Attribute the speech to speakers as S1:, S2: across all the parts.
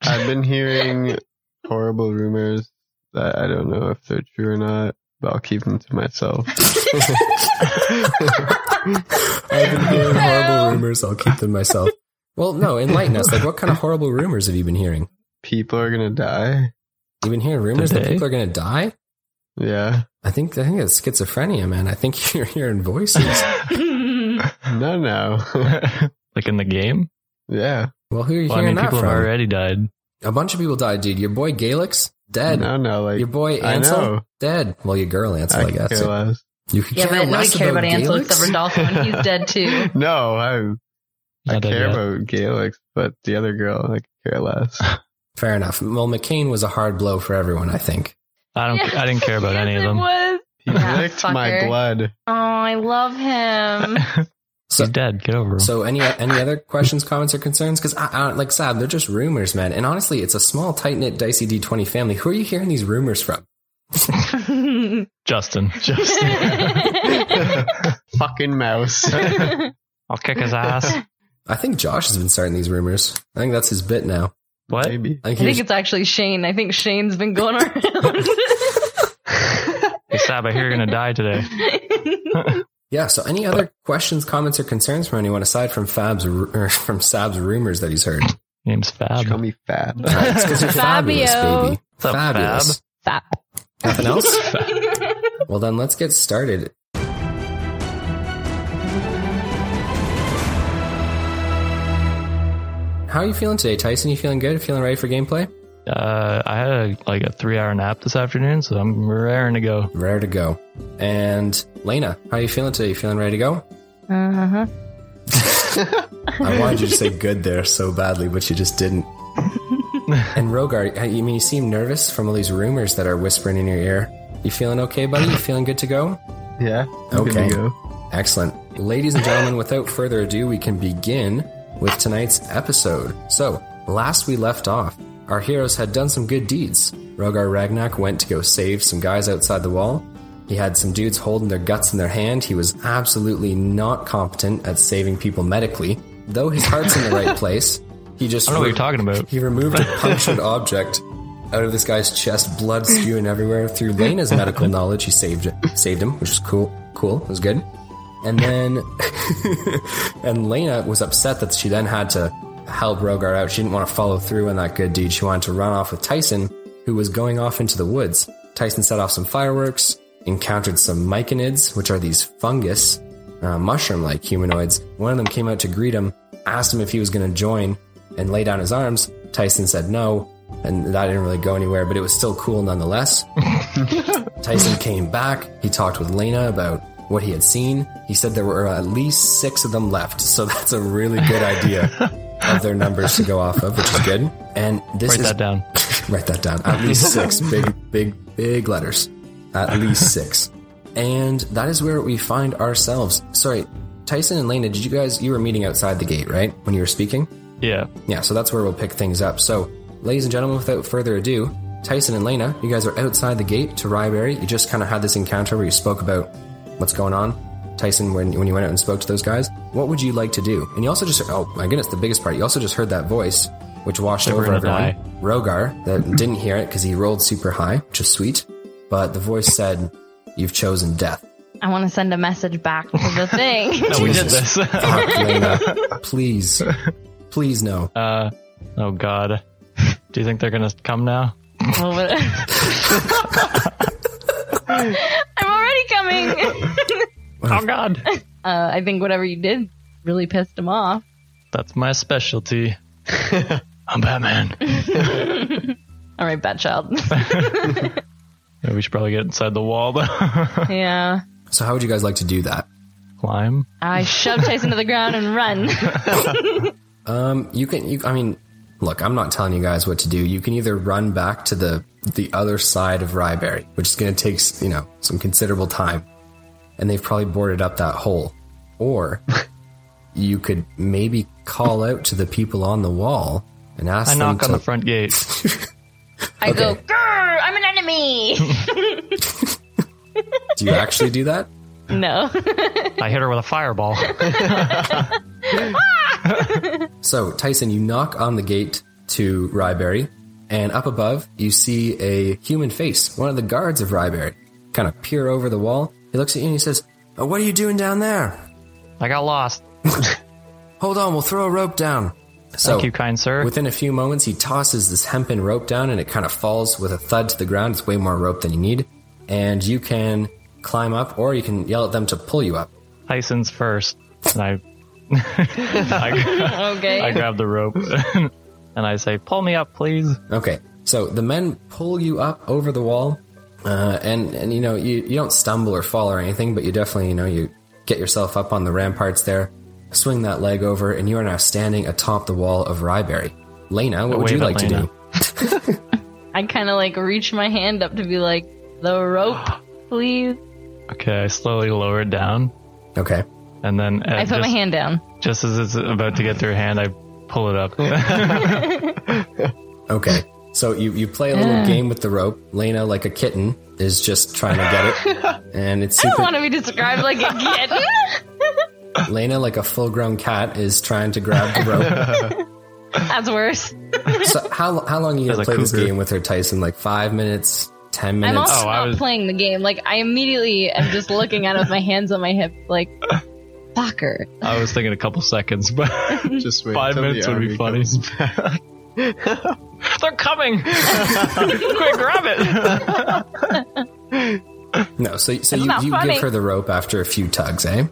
S1: been hearing horrible rumors that I don't know if they're true or not, but I'll keep them to myself.
S2: I've been hearing
S3: No.
S2: horrible rumors. I'll keep them myself. Well, no, enlighten us. Like, what kind of horrible rumors have you been hearing?
S1: People are gonna die.
S2: You've been hearing rumors that
S4: Today?
S2: people are going to die.
S1: Yeah.
S2: I think I think it's schizophrenia, man. I think you're hearing voices.
S1: No, no.
S4: like in the game?
S1: yeah.
S2: Well, who are you
S4: Well, I
S2: hearing
S4: mean,
S2: that
S4: people
S2: from?
S4: have already died.
S2: A bunch of people died, dude. Your boy Galix dead.
S1: No, no. Like
S2: Your boy
S1: I
S2: Ansel
S1: know.
S2: dead. Well, your girl Ansel, I,
S1: I
S2: guess.
S1: care less.
S2: You could
S3: yeah,
S2: care
S3: but nobody
S2: less
S3: cared about Ansel
S2: Galix?
S3: except Rodolfo, and he's dead too.
S1: No, I I
S4: Not dead
S1: care
S4: yet.
S1: about Gaelic, but the other girl, I care less.
S2: Fair enough. Well, McCain was a hard blow for everyone, I think.
S4: I don't. I didn't care about
S3: Yes,
S4: any of
S3: it
S4: them.
S3: was.
S1: He
S3: Yeah,
S1: licked my
S3: fucker.
S1: blood.
S3: Oh, I love him.
S2: So-
S4: He's dead. Get over him.
S2: So, any any other questions, comments, or concerns? Because I, I don't like Sad. They're just rumors, man. And honestly, it's a small, tight knit, dicey D twenty family. Who are you hearing these rumors from?
S4: Justin.
S1: Fucking mouse.
S4: I'll kick his ass.
S2: I think Josh has been starting these rumors. I think that's his bit now.
S4: What?
S1: Maybe.
S2: I think,
S3: I think
S2: he's-
S3: it's actually Shane. I think Shane's been going around.
S4: Hey, Sab, I hear you're gonna die today.
S2: yeah. So, any other questions, comments, or concerns from anyone aside from Fab's ru- or from Sab's rumors that he's heard?
S4: Name's
S1: Just Call
S4: Fab.
S1: me fat.
S2: It's 'cause you're
S3: Fabio.
S2: fabulous, baby.
S4: What's up,
S2: fabulous.
S4: Fab?
S3: Fab.
S2: Nothing else. well, then let's get started. How are you feeling today, Tyson? You feeling good? Feeling ready for gameplay?
S4: Uh, I had a, like a three-hour nap this afternoon, so I'm raring to go.
S2: Rare to go. And Lena, how are you feeling today? You feeling ready to go?
S3: Uh-huh.
S2: I wanted you to say good there so badly, but you just didn't. and Rogar, I you mean, you seem nervous from all these rumors that are whispering in your ear. You feeling okay, buddy? You feeling good to go?
S1: Yeah. I'm good to
S2: Okay.
S1: go.
S2: Excellent. Ladies and gentlemen, without further ado, we can begin with tonight's episode. So, last we left off, our heroes had done some good deeds. Rogar Ragnak went to go save some guys outside the wall. He had some dudes holding their guts in their hand. He was absolutely not competent at saving people medically. Though his heart's in the right place, he just
S4: I don't know what you're talking about.
S2: he removed a punctured object out of this guy's chest, blood spewing everywhere. Through Lena's medical knowledge, he saved saved him, which was cool. Cool, it was good. And then, and Lena was upset that she then had to help Rogar out. She didn't want to follow through on that good deed. She wanted to run off with Tyson, who was going off into the woods. Tyson set off some fireworks, encountered some myconids, which are these fungus uh, mushroom like humanoids. One of them came out to greet him, asked him if he was going to join, and lay down his arms. Tyson said no, and that didn't really go anywhere, but it was still cool nonetheless. Tyson came back. He talked with Lena about what he had seen. He said there were at least six of them left, so that's a really good idea of their numbers to go off of, which is good. And this
S4: Write
S2: is
S4: that down.
S2: write that down. At least six big, big, big letters. At least six. And that is where we find ourselves. Sorry, Tyson and Lena, did you guys, you were meeting outside the gate, right? When you were speaking?
S4: Yeah.
S2: Yeah, so that's where we'll pick things up. So, ladies and gentlemen, without further ado, Tyson and Lena, you guys are outside the gate to Ryberry. You just kind of had this encounter where you spoke about what's going on. Tyson, when, when you went out and spoke to those guys, what would you like to do? And you also just, oh my goodness, the biggest part, you also just heard that voice, which washed over
S4: gonna
S2: everyone.
S4: die.
S2: Rogar, that didn't hear it because he rolled super high, which is sweet, but the voice said, You've chosen death.
S3: I want to send a message back to the thing.
S4: No, Oh, we did this.
S2: Fuck, Lena, please, please no.
S4: uh, oh God. Do you think they're gonna come now?
S3: Well, but- I'm already coming.
S4: Oh God.
S3: Uh, I think whatever you did really pissed him off.
S4: That's my specialty. I'm Batman.
S3: All right, bad child.
S4: Maybe we should probably get inside the wall though.
S3: yeah.
S2: So, how would you guys like to do that?
S4: Climb.
S3: I shove Tyson to the ground and run.
S2: You can. You, I mean, look, I'm not telling you guys what to do. You can either run back to the the other side of Ryberry, which is going to take you know some considerable time, and they've probably boarded up that hole, or you could maybe call out to the people on the wall and ask
S4: I
S2: them
S4: knock
S2: to.
S4: on the front gate.
S3: I go,
S2: Okay.
S3: Grr, I'm an enemy.
S2: do you actually do that?
S3: no.
S4: I hit her with a fireball.
S2: So Tyson, you knock on the gate to Ryberry. and up above you see a human face. One of the guards of Ryberry kind of peer over the wall. He looks at you and he says, "Oh, "What are you doing down there?
S4: I got lost.
S2: Hold on, we'll throw a rope down." So
S4: Thank you, kind sir.
S2: Within a few moments, he tosses this hempen rope down and it kind of falls with a thud to the ground. It's way more rope than you need. And you can climb up or you can yell at them to pull you up.
S4: Tyson's first, and I, I,
S3: Okay.
S4: I grab the rope and I say, "Pull me up, please."
S2: Okay. So the men pull you up over the wall. Uh, and, and, you know, you, you don't stumble or fall or anything, but you definitely, you know, you get yourself up on the ramparts there, swing that leg over, and you are now standing atop the wall of Ryberry. Lena, what would
S4: Wait
S2: you
S4: a
S2: like to
S4: Lena.
S2: do?
S3: I kind of like reach my hand up to be like, the rope, please.
S4: Okay, I slowly lower it down,
S2: Okay.
S4: and then uh,
S3: I put
S4: just,
S3: my hand down.
S4: just as it's about to get to her hand, I pull it up.
S2: Okay. So you, you play a little game with the rope. Lena, like a kitten, is just trying to get it. And it's
S3: I don't want
S2: super.
S3: to be described like a kitten.
S2: Lena, like a full grown cat, is trying to grab the rope.
S3: That's worse.
S2: so how, how long are you going to
S4: As a
S2: play this
S4: cougar.
S2: game with her, Tyson? Like five minutes? Ten
S3: I'm
S2: minutes?
S3: also
S4: Oh, I
S3: not
S4: was-
S3: playing the game. Like, I immediately am just looking at it with my hands on my hips, like, fucker.
S4: I was thinking a couple seconds, but
S1: Just wait
S4: Mm. five
S1: till the
S4: minutes would be
S1: army
S4: funny.
S1: comes.
S4: They're coming! Quick, grab it!
S2: no, so, so
S3: It's
S2: you,
S3: not
S2: you
S3: funny.
S2: give her the rope after a few tugs, eh?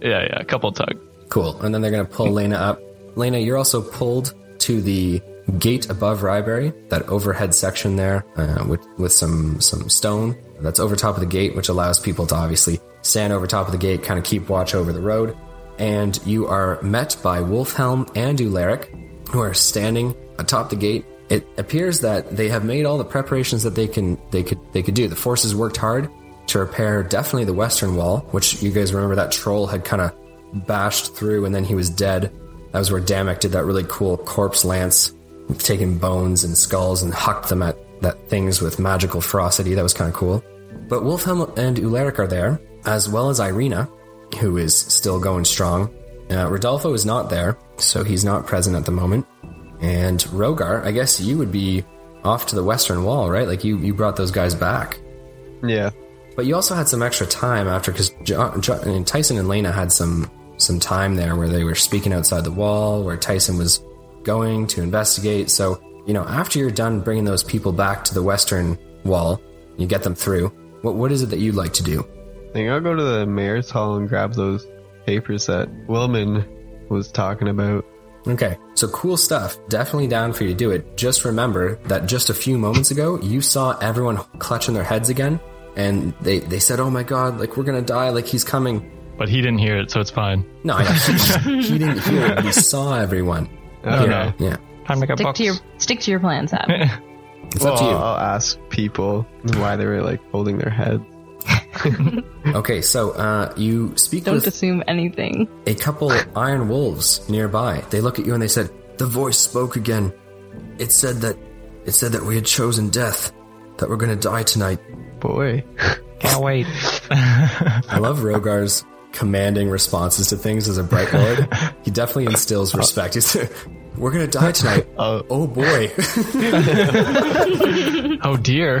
S4: yeah, yeah, a couple tug.
S2: Cool. And then they're going to pull Lena up. Lena, you're also pulled to the gate above Ryberry, that overhead section there, uh, with with some some stone that's over top of the gate, which allows people to obviously stand over top of the gate, kind of keep watch over the road. And you are met by Wolfhelm and Ularic, who are standing atop the gate. It appears that they have made all the preparations that they can they could they could do. The forces worked hard to repair definitely the western wall, which you guys remember that troll had kind of bashed through and then he was dead. That was where Damek did that really cool corpse lance, taking bones and skulls and hucked them at that things with magical ferocity. That was kind of cool. But Wolfhelm and Ularic are there, as well as Irina, who is still going strong. Uh, Rodolfo is not there, so he's not present at the moment. And Rogar, I guess you would be off to the western wall, right? Like you, you brought those guys back.
S1: Yeah.
S2: But you also had some extra time after because John, John, and Tyson and Lena had some some time there where they were speaking outside the wall, where Tyson was going to investigate. So you know, after you're done bringing those people back to the western wall, you get them through. What what is it that you'd like to do?
S1: I think I'll go to the mayor's hall and grab those papers that Willman was talking about.
S2: Okay, so cool stuff. Definitely down for you to do it. Just remember that just a few moments ago, you saw everyone clutching their heads again, and they they said, "Oh my god, like we're gonna die, like he's coming."
S4: But he didn't hear it, so it's fine.
S2: No, I know. he didn't hear it. He saw everyone.
S1: Okay.
S4: no.
S2: Yeah.
S4: Time to get
S3: Stick
S4: bucks.
S3: to your stick to your plans, Adam.
S2: It's
S1: Well, uh,
S2: up to you.
S1: I'll ask people why they were like holding their heads.
S2: Okay, so uh, you speak
S3: Don't
S2: with
S3: assume anything.
S2: a couple iron wolves nearby. They look at you and they said, "The voice spoke again. It said that it said that we had chosen death, that we're going to die tonight."
S1: Boy,
S4: Can't wait.
S2: I love Rogar's commanding responses to things as a bright lord. He definitely instills respect. He's "We're going to die tonight."
S1: Uh,
S2: oh boy.
S4: Oh dear.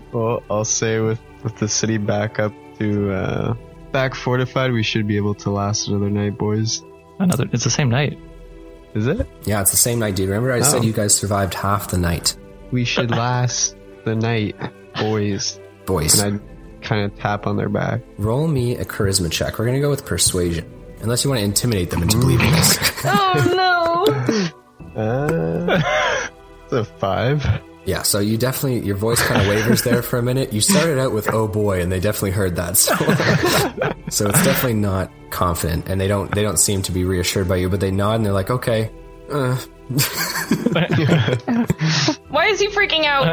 S1: well, I'll say with with the city back up to uh, back fortified, we should be able to last another night, boys.
S4: Another. It's the same night.
S1: Is it?
S2: yeah, it's the same night, dude. Remember I
S1: Oh.
S2: said you guys survived half the night.
S1: We should last the night, boys.
S2: Boys.
S1: And I kind of tap on their back.
S2: Roll me a charisma check. We're going to go with persuasion. Unless you want to intimidate them into believing this.
S3: Oh no!
S1: Uh, it's a five.
S2: yeah, so you definitely, your voice kind of wavers there for a minute. You started out with, oh boy, and they definitely heard that. So, so it's definitely not confident and they don't, they don't seem to be reassured by you, but they nod and they're like, okay.
S3: Why is he freaking out?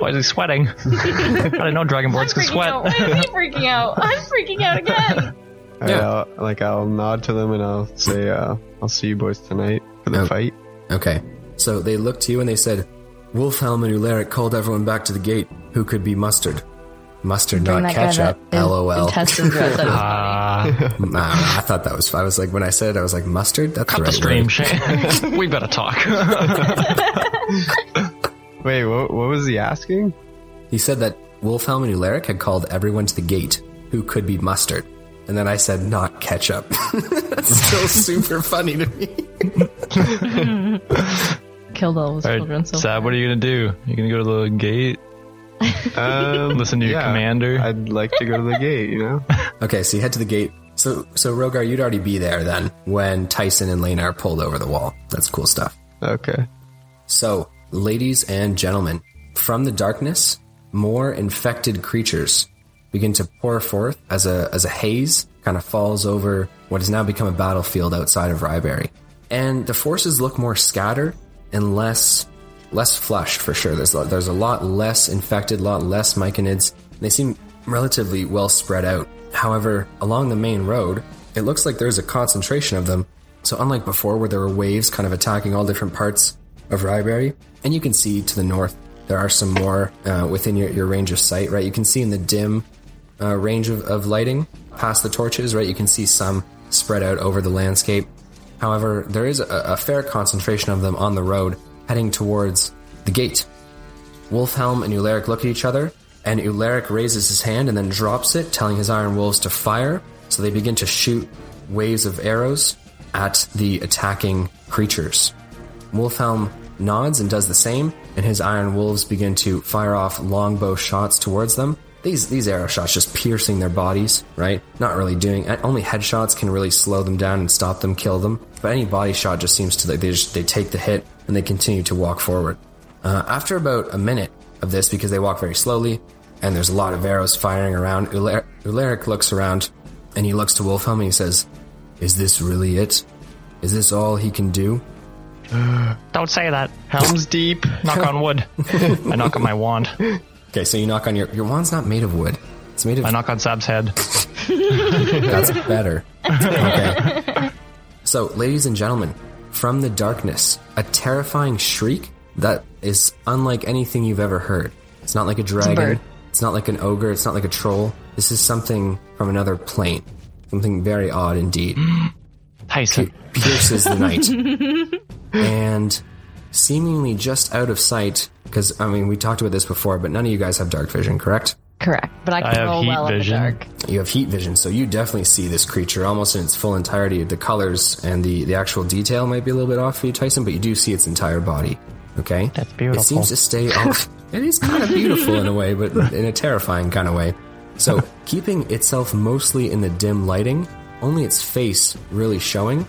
S4: Why is he sweating? I didn't know dragonborns can
S3: freaking out. Why
S4: sweat.
S3: is he freaking out? I'm freaking
S2: Uh,
S3: out again.
S1: All
S2: Yeah.
S1: right, I'll, like I'll nod to them and I'll say, uh, "I'll see you boys tonight for the
S2: Oh.
S1: fight."
S2: Okay. So they looked to you and they said, Wolfhelm and Ularic called everyone back to the gate who could be mustered. Mustard, not ketchup. LOL.
S3: Intestines are outside of his body.
S4: Ah,
S2: Nah, I thought that was. I was like, when I said it, I was like, mustard. That's the
S4: cut
S2: right
S4: the
S2: word.
S4: stream, Shane. we better talk.
S1: Wait, what, what was he asking?
S2: He said that Wolfhelm and Ularic had called everyone to the gate who could be mustered. And then I said, not ketchup. That's still super funny to me.
S3: Killed all those
S4: All
S3: children.
S4: right,
S3: So
S4: Sab, what are you gonna do? You gonna go to the gate,
S1: Um,
S4: listen to your
S1: yeah,
S4: commander?
S1: I'd like to go to the gate, you know?
S2: Okay, so you head to the gate. So, so Rogar, you'd already be there then when Tyson and Lena are pulled over the wall. That's cool stuff.
S1: Okay.
S2: So, ladies and gentlemen, from the darkness, more infected creatures begin to pour forth as a as a haze kind of falls over what has now become a battlefield outside of Ryberry. And the forces look more scattered and less less flushed for sure. There's a- there's a lot less infected, a lot less myconids. They seem relatively well spread out. However, along the main road, it looks like there's a concentration of them. So unlike before, where there were waves kind of attacking all different parts of Ryberry, and you can see to the north there are some more uh, within your, your range of sight. Right, you can see in the dim uh, range of, of lighting past the torches, right? You can see some spread out over the landscape. However, there is a, a fair concentration of them on the road heading towards the gate. Wolfhelm and Ularic look at each other, and Ularic raises his hand and then drops it, telling his iron wolves to fire. So they begin to shoot waves of arrows at the attacking creatures. Wolfhelm nods and does the same, and his iron wolves begin to fire off longbow shots towards them. These these arrow shots just piercing their bodies, right? Not really doing. Only headshots can really slow them down and stop them, kill them. But any body shot just seems to like they just they take the hit and they continue to walk forward. Uh, after about a minute of this, because they walk very slowly, and there's a lot of arrows firing around, Ular- Ularic looks around, and he looks to Wolfhelm and he says, "Is this really it? Is this all he can do?"
S4: Don't say that.
S1: Helm's deep.
S4: Knock on wood. I knock on my wand.
S2: Okay, so you knock on your your wand's not made of wood. It's made of
S4: I knock on Sab's head.
S2: that's better. Okay. So, ladies and gentlemen, from the darkness, a terrifying shriek that is unlike anything you've ever heard. It's not like a dragon.
S3: bird.
S2: It's not like an ogre. It's not like a troll. This is something from another plane. Something very odd indeed
S4: Tyson.
S2: pierces the night. and seemingly just out of sight, because, I mean, we talked about this before, but none of you guys have dark vision, correct?
S3: correct. But I
S4: I
S3: can
S4: have
S3: roll
S4: heat
S3: well
S4: vision.
S3: in the dark.
S2: You have heat vision, so you definitely see this creature almost in its full entirety. The colors and the, the actual detail might be a little bit off for you, Tyson, but you do see its entire body. Okay?
S4: That's beautiful.
S2: It seems to stay on. it is kind of beautiful in a way, but in a terrifying kind of way. So, keeping itself mostly in the dim lighting, only its face really showing,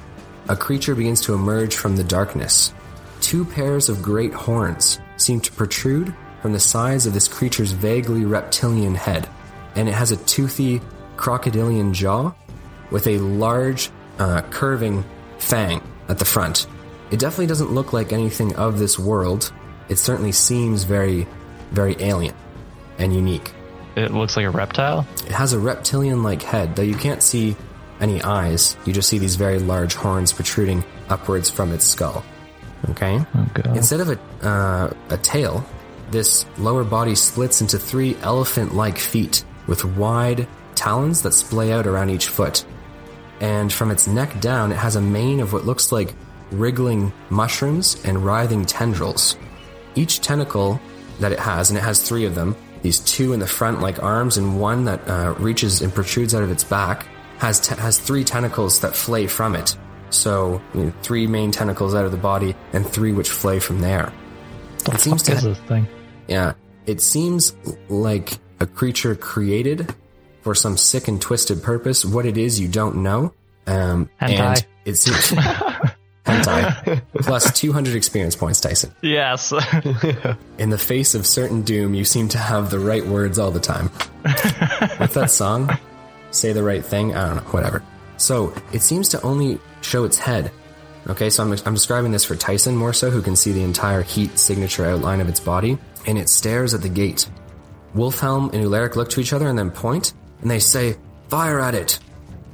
S2: a creature begins to emerge from the darkness. Two pairs of great horns seem to protrude from the sides of this creature's vaguely reptilian head, and it has a toothy, crocodilian jaw with a large, uh, curving fang at the front. It definitely doesn't look like anything of this world. It certainly seems very, very alien and unique.
S4: It looks like a reptile.
S2: It has a reptilian like head, though you can't see any eyes. You just see these very large horns protruding upwards from its skull. Okay?
S4: God.
S2: Instead of a, uh, a tail, this lower body splits into three elephant like feet with wide talons that splay out around each foot. And from its neck down, it has a mane of what looks like wriggling mushrooms and writhing tendrils. Each tentacle that it has, and it has three of them, these two in the front like arms, and one that uh, reaches and protrudes out of its back, has te- has three tentacles that flay from it. So you know, three main tentacles out of the body, and three which flay from there. it seems
S4: What is this thing?
S2: yeah. It seems like a creature created for some sick and twisted purpose. What it is, you don't know. Um, And
S4: Hentai.
S2: it seems. Hentai. Plus 200 experience points, Tyson.
S4: Yes.
S2: In the face of certain doom, you seem to have the right words all the time. What's that song? Say the right thing? I don't know, whatever. So, it seems to only show its head. Okay, so I'm, I'm describing this for Tyson more so, who can see the entire heat signature outline of its body, and it stares at the gate. Wolfhelm and Ularic look to each other and then point, and they say, Fire at it!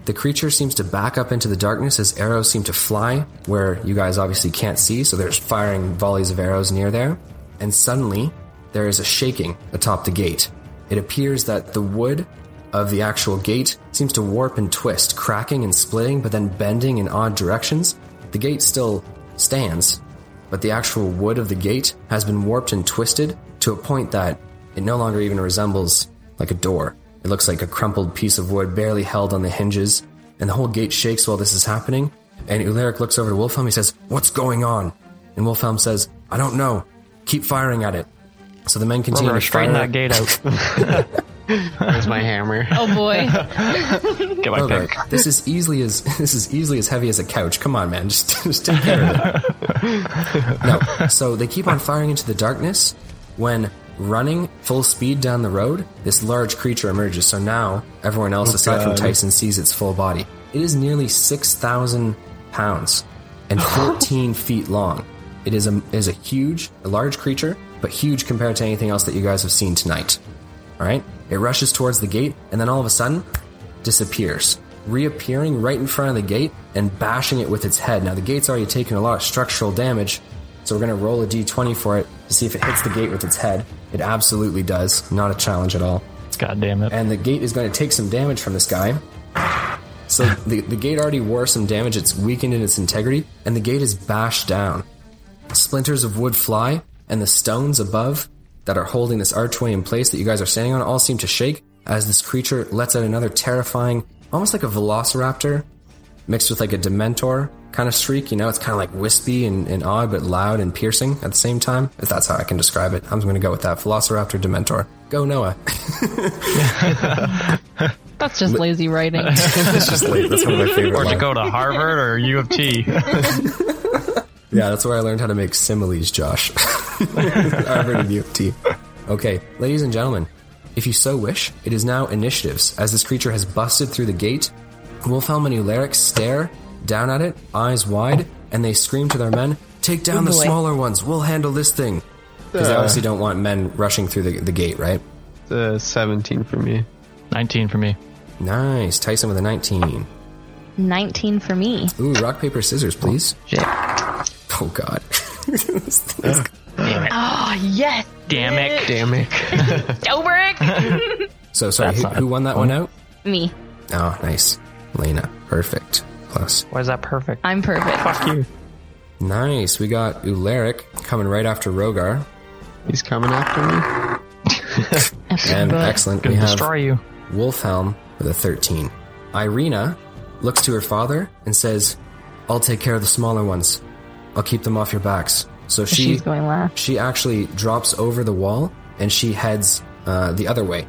S2: The creature seems to back up into the darkness as arrows seem to fly where you guys obviously can't see, so there's firing volleys of arrows near there. And suddenly, there is a shaking atop the gate. It appears that the wood of the actual gate seems to warp and twist, cracking and splitting, but then bending in odd directions. The gate still stands, but the actual wood of the gate has been warped and twisted to a point that it no longer even resembles like a door. It looks like a crumpled piece of wood barely held on the hinges, and the whole gate shakes while this is happening. And Ularic looks over to Wolfhelm. He says, "What's going on?" And Wolfhelm says, "I don't know. Keep firing at it." So the men continue
S4: Remember,
S2: to
S4: straighten
S2: fire.
S4: that gate out.
S1: There's my hammer.
S3: Oh boy.
S4: Get my
S2: Look,
S4: pick.
S2: this is easily as this is easily as heavy as a couch. Come on, man, just, just take care of it. No, so they keep on firing into the darkness. When running full speed down the road, this large creature emerges. So now everyone else, aside from
S1: God.
S2: Tyson, sees its full body. It is nearly six thousand pounds and fourteen feet long. It is a is a huge, a large creature, but huge compared to anything else that you guys have seen tonight. All right, it rushes towards the gate, and then all of a sudden, disappears, reappearing right in front of the gate and bashing it with its head. Now, the gate's already taken a lot of structural damage, so we're going to roll a d20 for it to see if it hits the gate with its head. It absolutely does. Not a challenge at all.
S4: God damn it.
S2: And the gate is going to take some damage from this guy. So the, the gate already wore some damage. It's weakened in its integrity, and the gate is bashed down. Splinters of wood fly, and the stones above that are holding this archway in place that you guys are standing on all seem to shake as this creature lets out another terrifying, almost like a velociraptor mixed with like a dementor kind of shriek. You know, it's kind of like wispy and, and odd, but loud and piercing at the same time. If that's how I can describe it, I'm going to go with that. Velociraptor dementor. Go, Noah.
S3: That's just lazy writing.
S2: it's just late. That's one of my favorite.
S4: Where'd you
S2: lines.
S4: go to Harvard or U of T?
S2: Yeah, that's where I learned how to make similes, Josh. Harvard and U of T. Okay, ladies and gentlemen, if you so wish, it is now initiatives. As this creature has busted through the gate, Wolfhelm and Ularic stare down at it, eyes wide, and they scream to their men, "Take down the
S3: boy.
S2: smaller ones. We'll handle this thing." Because they
S1: Uh.
S2: obviously don't want men rushing through the, the gate, right?
S1: Uh, 17 for me.
S4: 19 for me.
S2: Nice, Tyson with a nineteen.
S3: 19 for me.
S2: Ooh, rock paper scissors, please.
S3: Shit.
S2: Oh God.
S3: Oh, yes.
S4: Damn it.
S1: Damn it.
S3: Dobrik.
S2: So sorry,
S4: That's
S2: who,
S4: not-
S2: who won that one out?
S3: me.
S2: Oh, nice. Lena. Perfect. Plus.
S4: Why is that perfect?
S3: I'm perfect.
S4: Fuck you.
S2: Nice. We got Ularic coming right after Rogar.
S1: He's coming after me.
S2: And
S3: But-
S2: excellent. We
S4: Gonna
S2: have
S4: destroy you.
S2: Wolfhelm with a 13. Irina looks to her father and says, I'll take care of the smaller ones. I'll keep them off your backs. So she,
S3: She's going last.
S2: she actually drops over the wall and she heads uh, the other way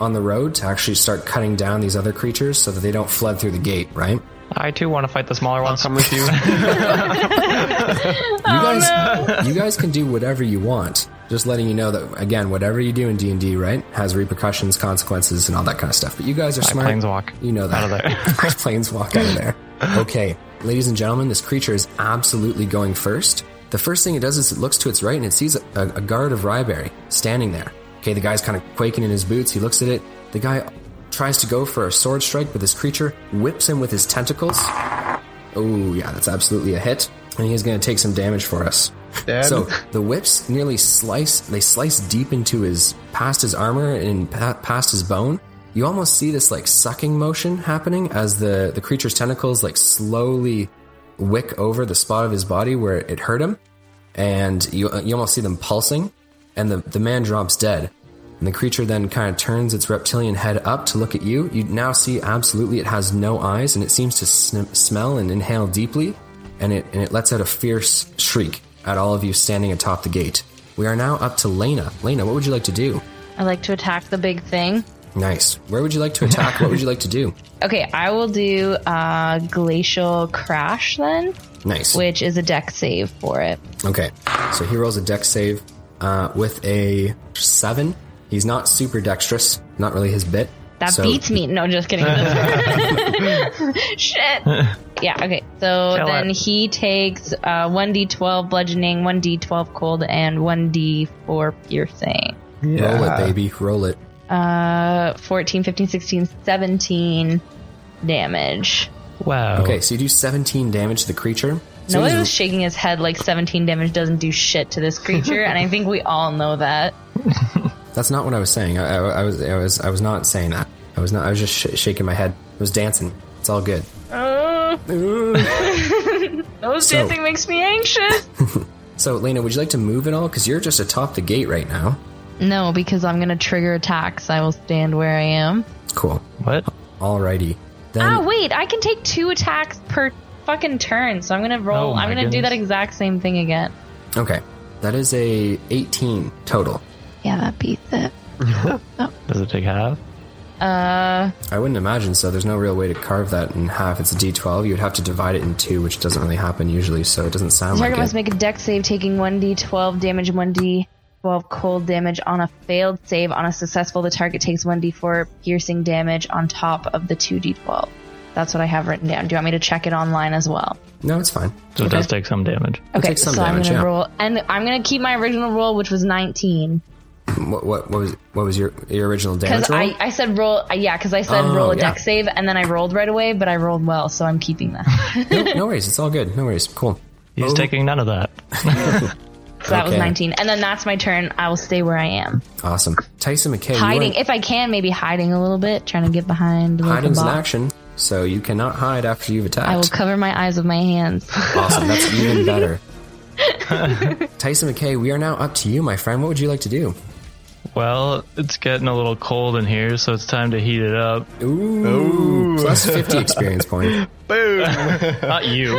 S2: on the road to actually start cutting down these other creatures so that they don't flood through the gate, right?
S4: I too want to fight the smaller ones.
S1: Come with you.
S2: You guys, you guys can do whatever you want. Just letting you know that again, whatever you do in D and D, right, has repercussions, consequences, and all that kind of stuff. But you guys are smart.
S4: planeswalk.
S2: You know that.
S4: Out of there.
S2: planeswalk out of there. Okay, ladies and gentlemen, this creature is absolutely going first. The first thing it does is it looks to its right and it sees a, a guard of Ryberry standing there. Okay, the guy's kind of quaking in his boots. He looks at it. The guy tries to go for a sword strike, but this creature whips him with his tentacles. Oh, yeah, that's absolutely a hit. And he is going to take some damage for us.
S1: Dad?
S2: So the whips nearly slice, they slice deep into his, past his armor and pa- past his bone. You almost see this like sucking motion happening as the, the creature's tentacles like slowly wick over the spot of his body where it hurt him. And you, you almost see them pulsing. And the, the man drops dead. And the creature then kind of turns its reptilian head up to look at you. You now see absolutely it has no eyes and it seems to sn- smell and inhale deeply, and it, and it lets out a fierce shriek at all of you standing atop the gate. We are now up to Lena. Lena, what would you like to do?
S3: I like to attack the big thing.
S2: Nice. Where would you like to attack? what would you like to do?
S3: Okay, I will do uh, Glacial Crash then,
S2: Nice.
S3: which is a deck save for it.
S2: Okay, so he rolls a dex save uh, with a seven. He's not super dexterous, not really his bit.
S3: That
S2: so
S3: beats me. No, just kidding. Shit. Yeah, okay. So
S4: Kill
S3: then
S4: it.
S3: he takes uh, 1d12 bludgeoning, 1d12 cold, and 1d4 piercing.
S2: Roll it, baby. Roll it.
S3: Uh, 14, 15, 16, 17 damage.
S4: Wow.
S2: Okay, so you do 17 damage to the creature. So
S3: No
S2: it
S3: one
S2: is-
S3: was shaking his head like 17 damage doesn't do shit to this creature, and I think we all know that.
S2: That's not what I was saying. I, I, I was, I was, I was not saying that. I was not. I was just sh- shaking my head. I was dancing. It's all good.
S3: Oh, those
S2: So-
S3: dancing makes me anxious.
S2: So, Lena, would you like to move at all? Because you're just atop the gate right now.
S3: No, because I'm gonna trigger attacks. I will stand where I am.
S2: Cool.
S4: What?
S2: Alrighty. Then,
S3: Ah, wait, I can take two attacks per fucking turn, so I'm gonna roll.
S4: Oh my
S3: I'm gonna do
S4: goodness.
S3: that exact same thing again.
S2: okay, that is a 18 total.
S3: Yeah, that beats it.
S4: Does it take half?
S3: Uh,
S2: I wouldn't imagine so. There's no real way to carve that in half. It's a D12. You would have to divide it in two, which doesn't really happen usually. So it doesn't sound
S3: target
S2: like
S3: must
S2: it.
S3: make a deck save, taking 1d12 damage and 1d12 cold damage on a failed save. On a successful, the target takes 1d4 piercing damage on top of the 2d12. That's what I have written down. Do you want me to check it online as well?
S2: no, it's fine.
S4: So it does take some damage.
S3: Okay,
S2: takes
S3: so
S2: some
S3: I'm
S2: damage,
S3: gonna
S2: yeah.
S3: roll, and I'm gonna keep my original roll, which was 19.
S2: What, what, what was what was your your original damage
S3: Because
S2: roll?
S3: I, I said roll, uh, yeah, because I said
S2: Oh,
S3: roll a
S2: yeah.
S3: deck save, and then I rolled right away, but I rolled well, so I'm keeping that. so
S2: no, no worries. It's all good. No worries. Cool.
S4: He's
S2: Oh.
S4: taking none of that.
S3: that was
S2: Okay.
S3: 19. And then that's my turn. I will stay where I am.
S2: Awesome. Tyson McKay. you
S3: Hiding,
S2: are-
S3: if I can, maybe hiding a little bit, trying to get behind. like, a
S2: Hiding's an
S3: box.
S2: action, so you cannot hide after you've attacked.
S3: I will cover my eyes with my hands.
S2: Awesome. That's even better. Tyson McKay, we are now up to you, my friend. What would you like to do?
S4: Well, it's getting a little cold in here, so it's time to heat it up.
S2: Ooh, plus 50 experience point.
S1: Boom!
S4: Not you. so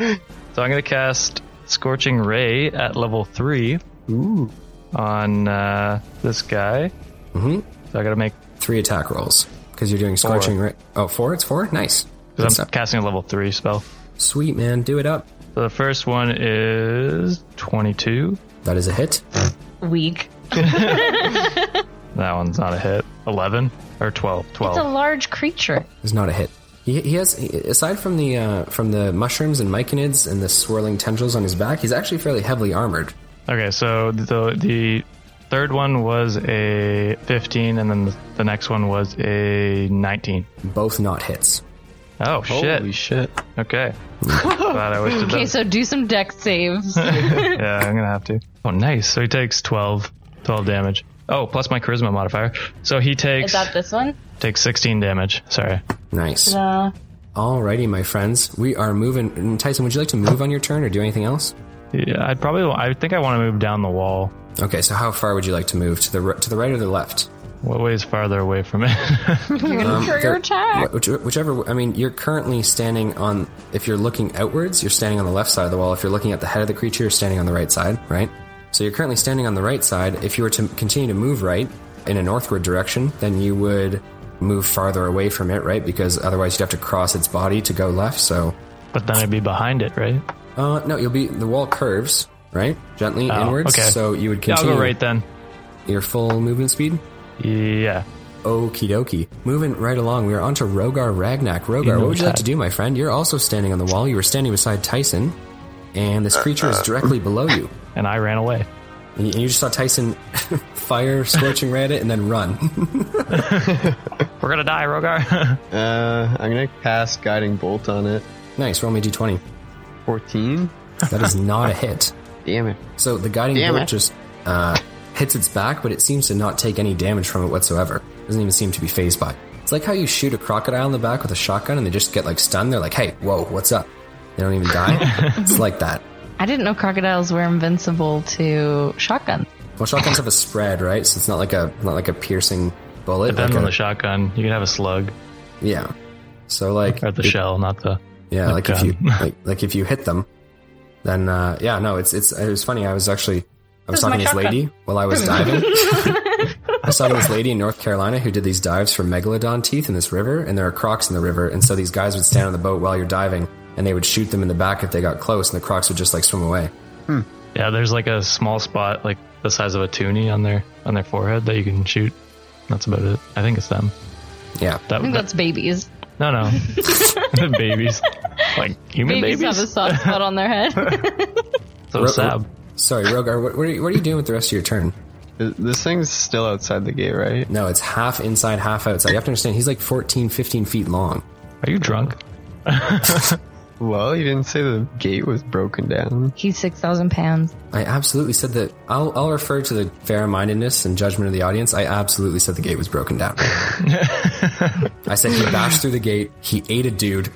S4: I'm going to cast Scorching Ray at level three on uh, this guy. Mm-hmm. So I got to make.
S2: Three attack rolls because you're doing scorching. Ra- oh, four? It's four? Nice. Good
S4: Because I'm
S2: stuff.
S4: casting a level three spell.
S2: Sweet, man. Do it up.
S4: So the first one is 22.
S2: That is a hit.
S3: Weak.
S4: That one's not a hit. 11 or 12. 12.
S3: It's
S2: Oh.
S3: a large creature.
S2: It's not a hit. He, he has, aside from the uh, from the mushrooms and myconids and the swirling tendrils on his back, he's actually fairly heavily armored.
S4: Okay, so the the third one was a 15, and then the, the next one was a 19.
S2: Both not hits.
S4: Oh shit!
S1: Holy shit.
S4: Okay, glad I wasted
S3: Okay,
S4: that.
S3: so do some deck saves.
S4: yeah, I'm gonna have to. Oh, nice. So he takes 12, 12 damage. Oh, plus my charisma modifier. So he
S3: Is
S4: takes
S3: that this one?
S4: takes 16 damage. Sorry.
S2: Nice.
S3: Uh,
S2: Alrighty, my friends. We are moving. Tyson, would you like to move on your turn or do anything else?
S4: Yeah, I'd probably. I think I want to move down the wall.
S2: Okay, so how far would you like to move? To the r- to the right or the left? Um,
S4: What way is farther away from it?
S3: you're gonna trigger
S2: there-
S3: attack.
S2: Wh- Which, whichever. I mean, you're currently standing on. If you're looking outwards, you're standing on the left side of the wall. If you're looking at the head of the creature, you're standing on the right side, right? So you're currently standing on the right side. If you were to continue to move right in a northward direction, then you would move farther away from it, right? Because otherwise, you'd have to cross its body to go left. So,
S4: but then I'd be behind it, right?
S2: uh, no, you'll be the wall curves right gently inwards.
S4: Oh, okay.
S2: So you would
S4: Yeah, I'll
S2: continue
S4: go right then.
S2: your full movement speed.
S4: Yeah.
S2: Okie dokie. Moving right along, we are onto Rogar Ragnak. Rogar, what would you like
S4: that.
S2: to do, my friend? You're also standing on the wall. You were standing beside Tyson, and this creature is directly below you.
S4: And I ran away.
S2: And you- and you just saw Tyson fire scorching red at it and then run.
S4: We're gonna die, Rogar.
S1: Uh, I'm gonna cast Guiding Bolt on it.
S2: nice, roll me d20.
S1: 14?
S2: That is not a hit.
S1: Damn it.
S2: So the guiding
S1: Damn
S2: bolt
S1: it.
S2: just uh, hits its back, but it seems to not take any damage from it whatsoever. Doesn't even seem to be phased by. it. It's like how you shoot a crocodile in the back with a shotgun and they just get like stunned. They're like, "Hey, whoa, what's up?" They don't even die. it's like that.
S3: I didn't know crocodiles were invincible to shotguns.
S2: Well, shotguns have a spread, right? So it's not like a not like a piercing bullet.
S4: Depends
S2: like
S4: on
S2: a-
S4: the shotgun. You can have a slug
S2: Yeah. So like
S4: or the shell, not the.
S2: yeah, like if you
S4: gun.
S2: like, like if you hit them, then uh, yeah, no, it's it's it was funny. I was actually I was
S3: This is
S2: talking to
S3: my
S2: this
S3: shotgun.
S2: lady while I was diving. I was talking to this lady in North Carolina who did these dives for megalodon teeth in this river, and there are crocs in the river, and so these guys would stand on the boat while you're diving, and they would shoot them in the back if they got close, and the crocs would just like swim away.
S4: Yeah, there's like a small spot, like the size of a toonie on their on their forehead that you can shoot. That's about it. I think it's them.
S2: Yeah,
S4: That,
S3: I think
S4: that
S3: that's babies.
S4: no, no, the babies, like human
S3: Babies,
S4: babies.
S3: have a soft spot on their head.
S4: So sad.
S2: Sorry, Rogar, what, what, are you, what are you doing with the rest of your turn?
S1: Th- This thing's still outside the gate, right?
S2: No, it's half inside, half outside. You have to understand, he's like 14, 15 feet long.
S4: Are you drunk?
S1: Well, you didn't say the gate was broken down.
S3: He's 6,000 pounds.
S2: I absolutely said that. I'll, I'll refer to the fair mindedness and judgment of the audience. I absolutely said the gate was broken down. I said he bashed through the gate. He ate a dude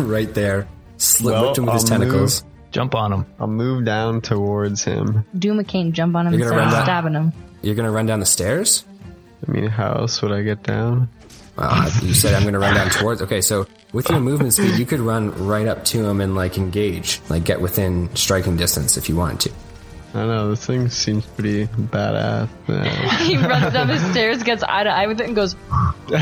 S2: right there, slipped
S1: Well,
S2: whipped him with his
S1: I'll
S2: tentacles.
S4: Jump on him.
S1: I'll move down towards him.
S3: Doom McCain jump on him
S2: You're
S3: and
S2: gonna run
S3: start
S2: that?
S3: stabbing him.
S2: You're gonna run down the stairs?
S1: I mean, how else would I get down?
S2: Uh, you said I'm gonna run down towards. Okay, so with your movement speed, you could run right up to him and like engage, like get within striking distance if you wanted to.
S1: I don't know. This thing seems pretty badass. Yeah.
S3: He runs up his stairs, gets eye to eye with it, and goes,
S1: you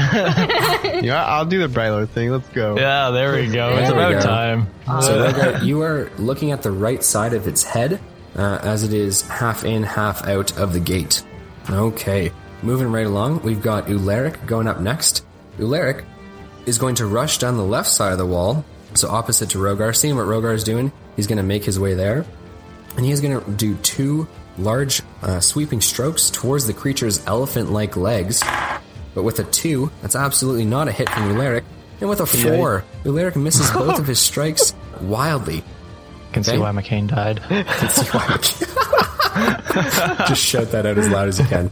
S1: know, I'll do the Brylo thing. Let's go.
S4: Yeah, there we go. It's
S2: There we
S4: about
S2: go.
S4: time.
S2: So Rhaegar, you are looking at the right side of its head, uh, as it is half in, half out of the gate. Okay, moving right along, we've got Ularic going up next. Ularic is going to rush down the left side of the wall, so opposite to Rogar. Seeing what Rogar is doing, he's going to make his way there, and he is going to do two large uh, sweeping strokes towards the creature's elephant-like legs. But with a two, that's absolutely not a hit from Ularic. And with a four, Ularic misses both of his strikes wildly.
S4: Can see
S2: Okay.
S4: why McCain died.
S2: Can see why- Just shout that out as loud as you can.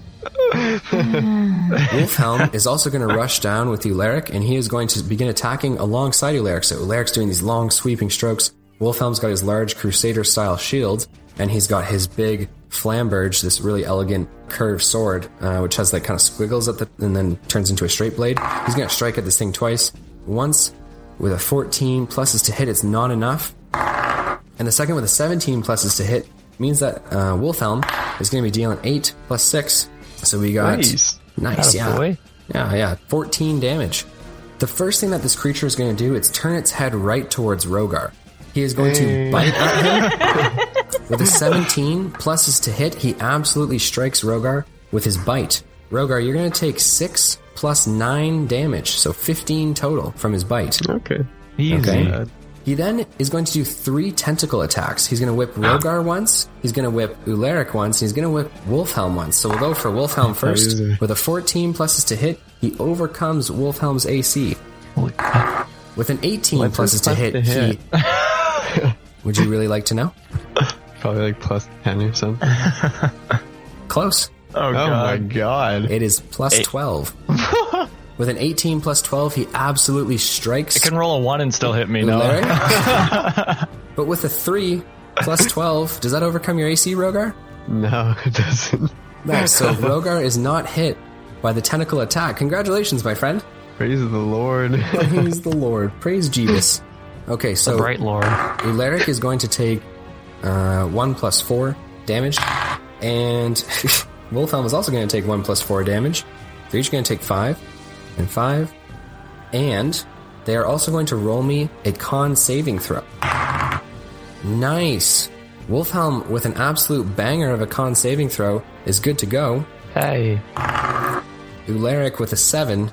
S2: Wolfhelm is also going to rush down with Ularic, and he is going to begin attacking alongside Ularic. So Ularic's doing these long sweeping strokes. Wolfhelm's got his large crusader style shield, and he's got his big flamberge, this really elegant curved sword, uh, which has like kind of squiggles at the and then turns into a straight blade. He's going to strike at this thing twice. Once with a 14 pluses to hit, it's not enough. And the second with a 17 pluses to hit means that uh, Wolfhelm is going to be dealing 8 plus 6. So we got.
S1: Nice.
S2: Nice, yeah.
S4: Attaboy.
S2: Yeah, yeah. 14 damage. The first thing that this creature is going to do is turn its head right towards Rogar. He is going to bite at him. with a 17 pluses to hit, he absolutely strikes Rogar with his bite. Rogar, you're going to take 6 plus 9 damage, so 15 total from his bite.
S1: Okay. Uh,
S4: Easy.
S2: Okay. He then is going to do three tentacle attacks. He's going to whip
S1: Ah.
S2: Rogar once, he's going to whip Ularic once, and he's going to whip Wolfhelm once. So we'll go for Wolfhelm first.
S1: Easy.
S2: With a 14 pluses to hit, he overcomes Wolfhelm's AC.
S4: Holy crap.
S2: With an 18
S1: What's
S2: pluses
S1: his
S2: to
S1: plus
S2: hit,
S1: to
S2: he. Would you really like to know?
S1: Probably like plus 10 or something.
S2: Close.
S4: Oh,
S1: Oh my
S4: God.
S1: god.
S2: It is plus 12. With an 18 plus 12, he absolutely strikes.
S4: Can roll a one and still hit me, no?
S2: Ularic. but with a 3 plus 12, does that overcome your AC, Rogar?
S1: No, it doesn't.
S2: Nice. So Rogar is not hit by the tentacle attack. Congratulations, my friend.
S1: Praise the Lord.
S2: Praise the Lord. Praise Jeebus. Okay, so
S4: Bright Lord.
S2: Ularic is going to take uh, 1 plus 4 damage, and Wolfhelm is also going to take 1 plus 4 damage. They're each going to take 5 and 5, and they are also going to roll me a con saving throw. Nice. Wolfhelm, with an absolute banger of a con saving throw, is good to go.
S4: Hey.
S2: Ularic with a seven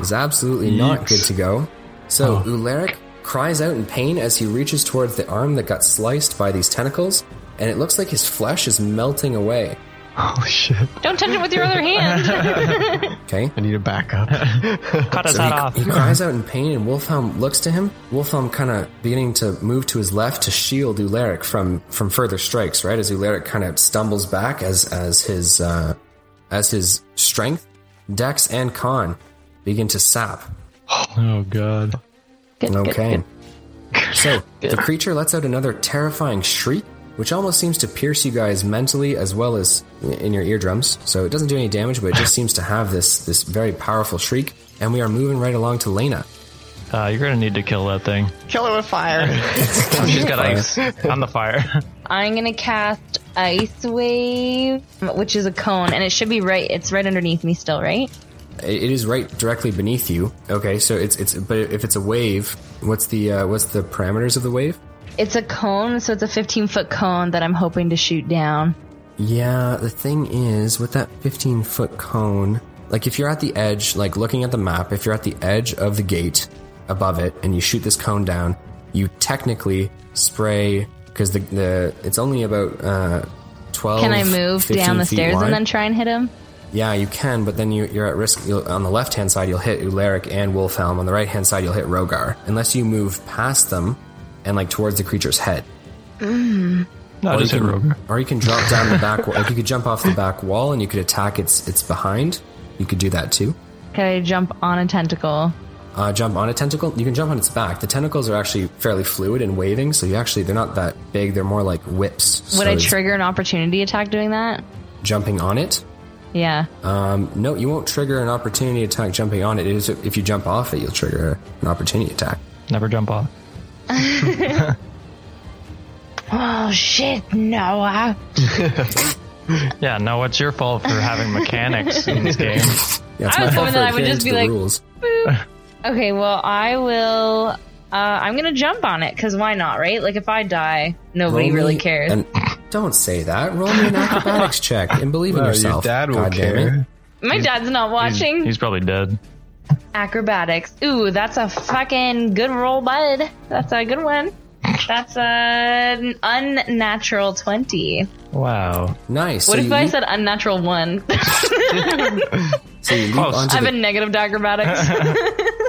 S2: is absolutely not good to go. So Ularic cries out in pain as he reaches towards the arm that got sliced by these tentacles, and it looks like his flesh is melting away.
S1: Holy Oh, shit.
S3: Don't touch it with your other hand.
S2: Okay?
S1: I need a backup.
S4: Cut his
S2: So
S4: head
S2: he,
S4: off.
S2: he cries out in pain, and Wolfhelm looks to him. Wolfhelm kind of beginning to move to his left to shield Ularic from from further strikes. Right as Ularic kind of stumbles back as as his uh, as his strength, Dex and Con begin to sap
S4: Oh, God.
S3: Good, good,
S2: Okay.
S3: good.
S2: So the creature lets out another terrifying shriek, which almost seems to pierce you guys mentally as well as in your eardrums. So it doesn't do any damage, but it just seems to have this this very powerful shriek. And we are moving right along to Lena.
S4: Uh, you're going to need to kill that thing.
S1: Kill it with fire.
S4: Oh, she's got ice on the fire.
S3: I'm gonna cast Ice Wave, which is a cone, and it should be right. It's right underneath me still, right?
S2: It, it is right directly beneath you. Okay, so it's it's but if it's a wave, what's the uh, what's the parameters of the wave?
S3: It's a cone, so it's a 15 foot cone that I'm hoping to shoot down.
S2: Yeah, the thing is, with that 15 foot cone, like if you're at the edge, like looking at the map, if you're at the edge of the gate above it and you shoot this cone down, you technically spray, because the, the it's only about uh, 12
S3: Can I move
S2: 15
S3: down the
S2: feet
S3: stairs
S2: wide.
S3: and then try and hit him?
S2: Yeah, you can, but then you, you're at risk. You'll, on the left hand side, you'll hit Ularic and Wolfhelm. On the right hand side, you'll hit Rogar, unless you move past them and like towards the creature's head.
S4: No, just hit
S2: you can,
S4: Roger.
S2: or you can drop down the back wall. Like you could jump off the back wall and you could attack its its behind. You could do that too.
S3: Can I jump on a tentacle?
S2: uh, jump on a tentacle. You can jump on its back. The tentacles are actually fairly fluid and waving, so you actually they're not that big. They're more like whips. so
S3: Would I
S2: it's
S3: trigger an opportunity attack doing that?
S2: jumping on it?
S3: Yeah.
S2: Um, no, you won't trigger an opportunity attack jumping on it. It is if you jump off it, you'll trigger an opportunity attack.
S4: Never jump off.
S3: Oh shit, Noah.
S4: Yeah, no, it's your fault for having mechanics in this game.
S2: Yeah, it's
S3: I
S2: my fault
S3: was hoping
S2: for
S3: that I would
S2: adhering
S3: just
S2: to
S3: be
S2: the
S3: like-
S2: rules.
S3: Okay, well I will. Uh, I'm gonna jump on it because why not, right? Like if I die, nobody
S2: Roll
S3: really
S2: me
S3: cares.
S2: an- don't say that. Roll me an acrobatics check and believe in
S1: Well, your
S2: yourself.
S1: dad will
S2: God damn it.
S1: care.
S3: My dad's not watching.
S4: He's probably dead.
S3: Acrobatics. Ooh, that's a fucking good roll, bud. That's a good one. That's an unnatural twenty.
S4: Wow.
S2: Nice.
S3: What
S2: so
S3: if
S2: you
S3: I
S2: leap-
S3: said unnatural one?
S2: so you leap
S4: Oh,
S2: onto
S3: I'm
S2: the
S3: a negative to acrobatics.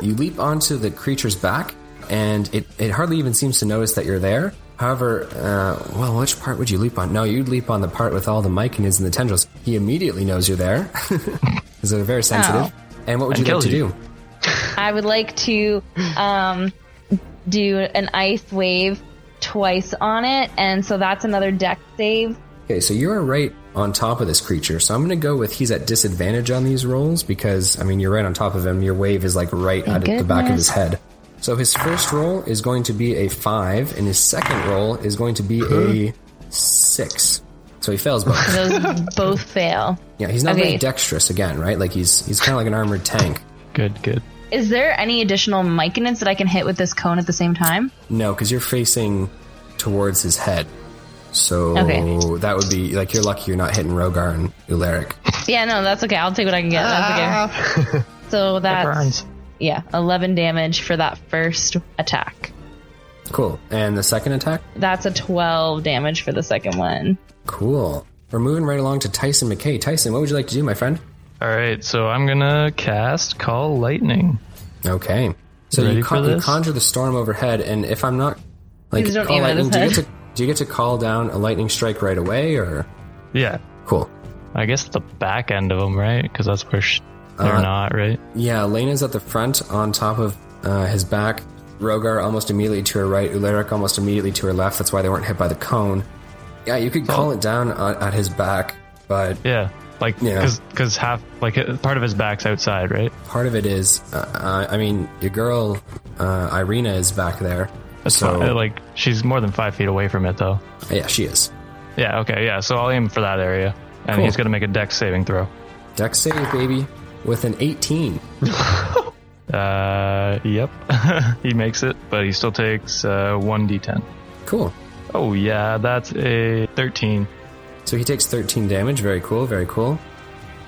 S2: You leap onto the creature's back, and it, it hardly even seems to notice that you're there. However, uh, well, which part would you leap on? No, you'd leap on the part with all the myconids and the tendrils. He immediately knows you're there, because they're very sensitive. And what would
S4: Oh.
S2: you like
S4: And kills
S2: to
S4: you.
S2: do?
S3: I would like to um, do an ice wave twice on it, and so that's another deck save.
S2: Okay, so you're right on top of this creature, so I'm going to go with he's at disadvantage on these rolls, because, I mean, you're right on top of him. Your wave is, like, right at the back of
S3: goodness.
S2: his head. So his first roll is going to be a 5, and his second roll is going to be a 6. So he fails both.
S3: Those both fail.
S2: Yeah, he's not
S3: Okay.
S2: very dexterous again, right? Like he's he's kind of like an armored tank.
S4: Good, good.
S3: Is there any additional myconids that I can hit with this cone at the same time?
S2: No, because you're facing towards his head, so
S3: Okay.
S2: that would be like you're lucky you're not hitting Rogar and Ularic.
S3: Yeah, no, that's okay. I'll take what I can get. That's okay. So that's
S4: burns.
S3: yeah, eleven damage for that first attack.
S2: Cool. And the second attack,
S3: That's a twelve damage for the second one.
S2: cool. We're moving right along to Tyson McKay. Tyson, what would you like to do, my friend?
S4: All right, so I'm gonna cast Call Lightning.
S2: Okay. So
S4: You
S2: you,
S4: ready
S2: con-
S4: for
S2: you
S4: this?
S2: conjure the storm overhead, and if I'm not like
S3: Please don't
S2: call
S3: aim at
S2: lightning,
S3: his
S2: do you get
S3: head.
S2: to do you get to call down a lightning strike right away, or
S4: Yeah,
S2: cool?
S4: I guess the back end of them, right? Because that's where sh- they're
S2: Uh,
S4: not, right?
S2: Yeah, Lena's at the front on top of uh, his back. Rogar almost immediately to her right. Ularic almost immediately to her left. That's why they weren't hit by the cone. Yeah, you could
S4: Oh.
S2: call it down at, at his back, but
S4: Yeah, like
S2: Yeah.
S4: because half like uh, part of his back's outside, right?
S2: part of it is, uh, uh, I mean, your girl uh, Irina is back there.
S4: That's
S2: so
S4: fine. Uh, like she's more than five feet away from it, though.
S2: yeah, she is.
S4: Yeah, okay, yeah. So I'll aim for that area, and
S2: Cool.
S4: he's gonna make a Dex saving throw.
S2: Dex save, baby, with an 18.
S4: Uh, yep, he makes it, but he still takes uh, one d10.
S2: Cool.
S4: Oh yeah, that's a thirteen.
S2: So he takes 13 damage. Very cool. Very cool.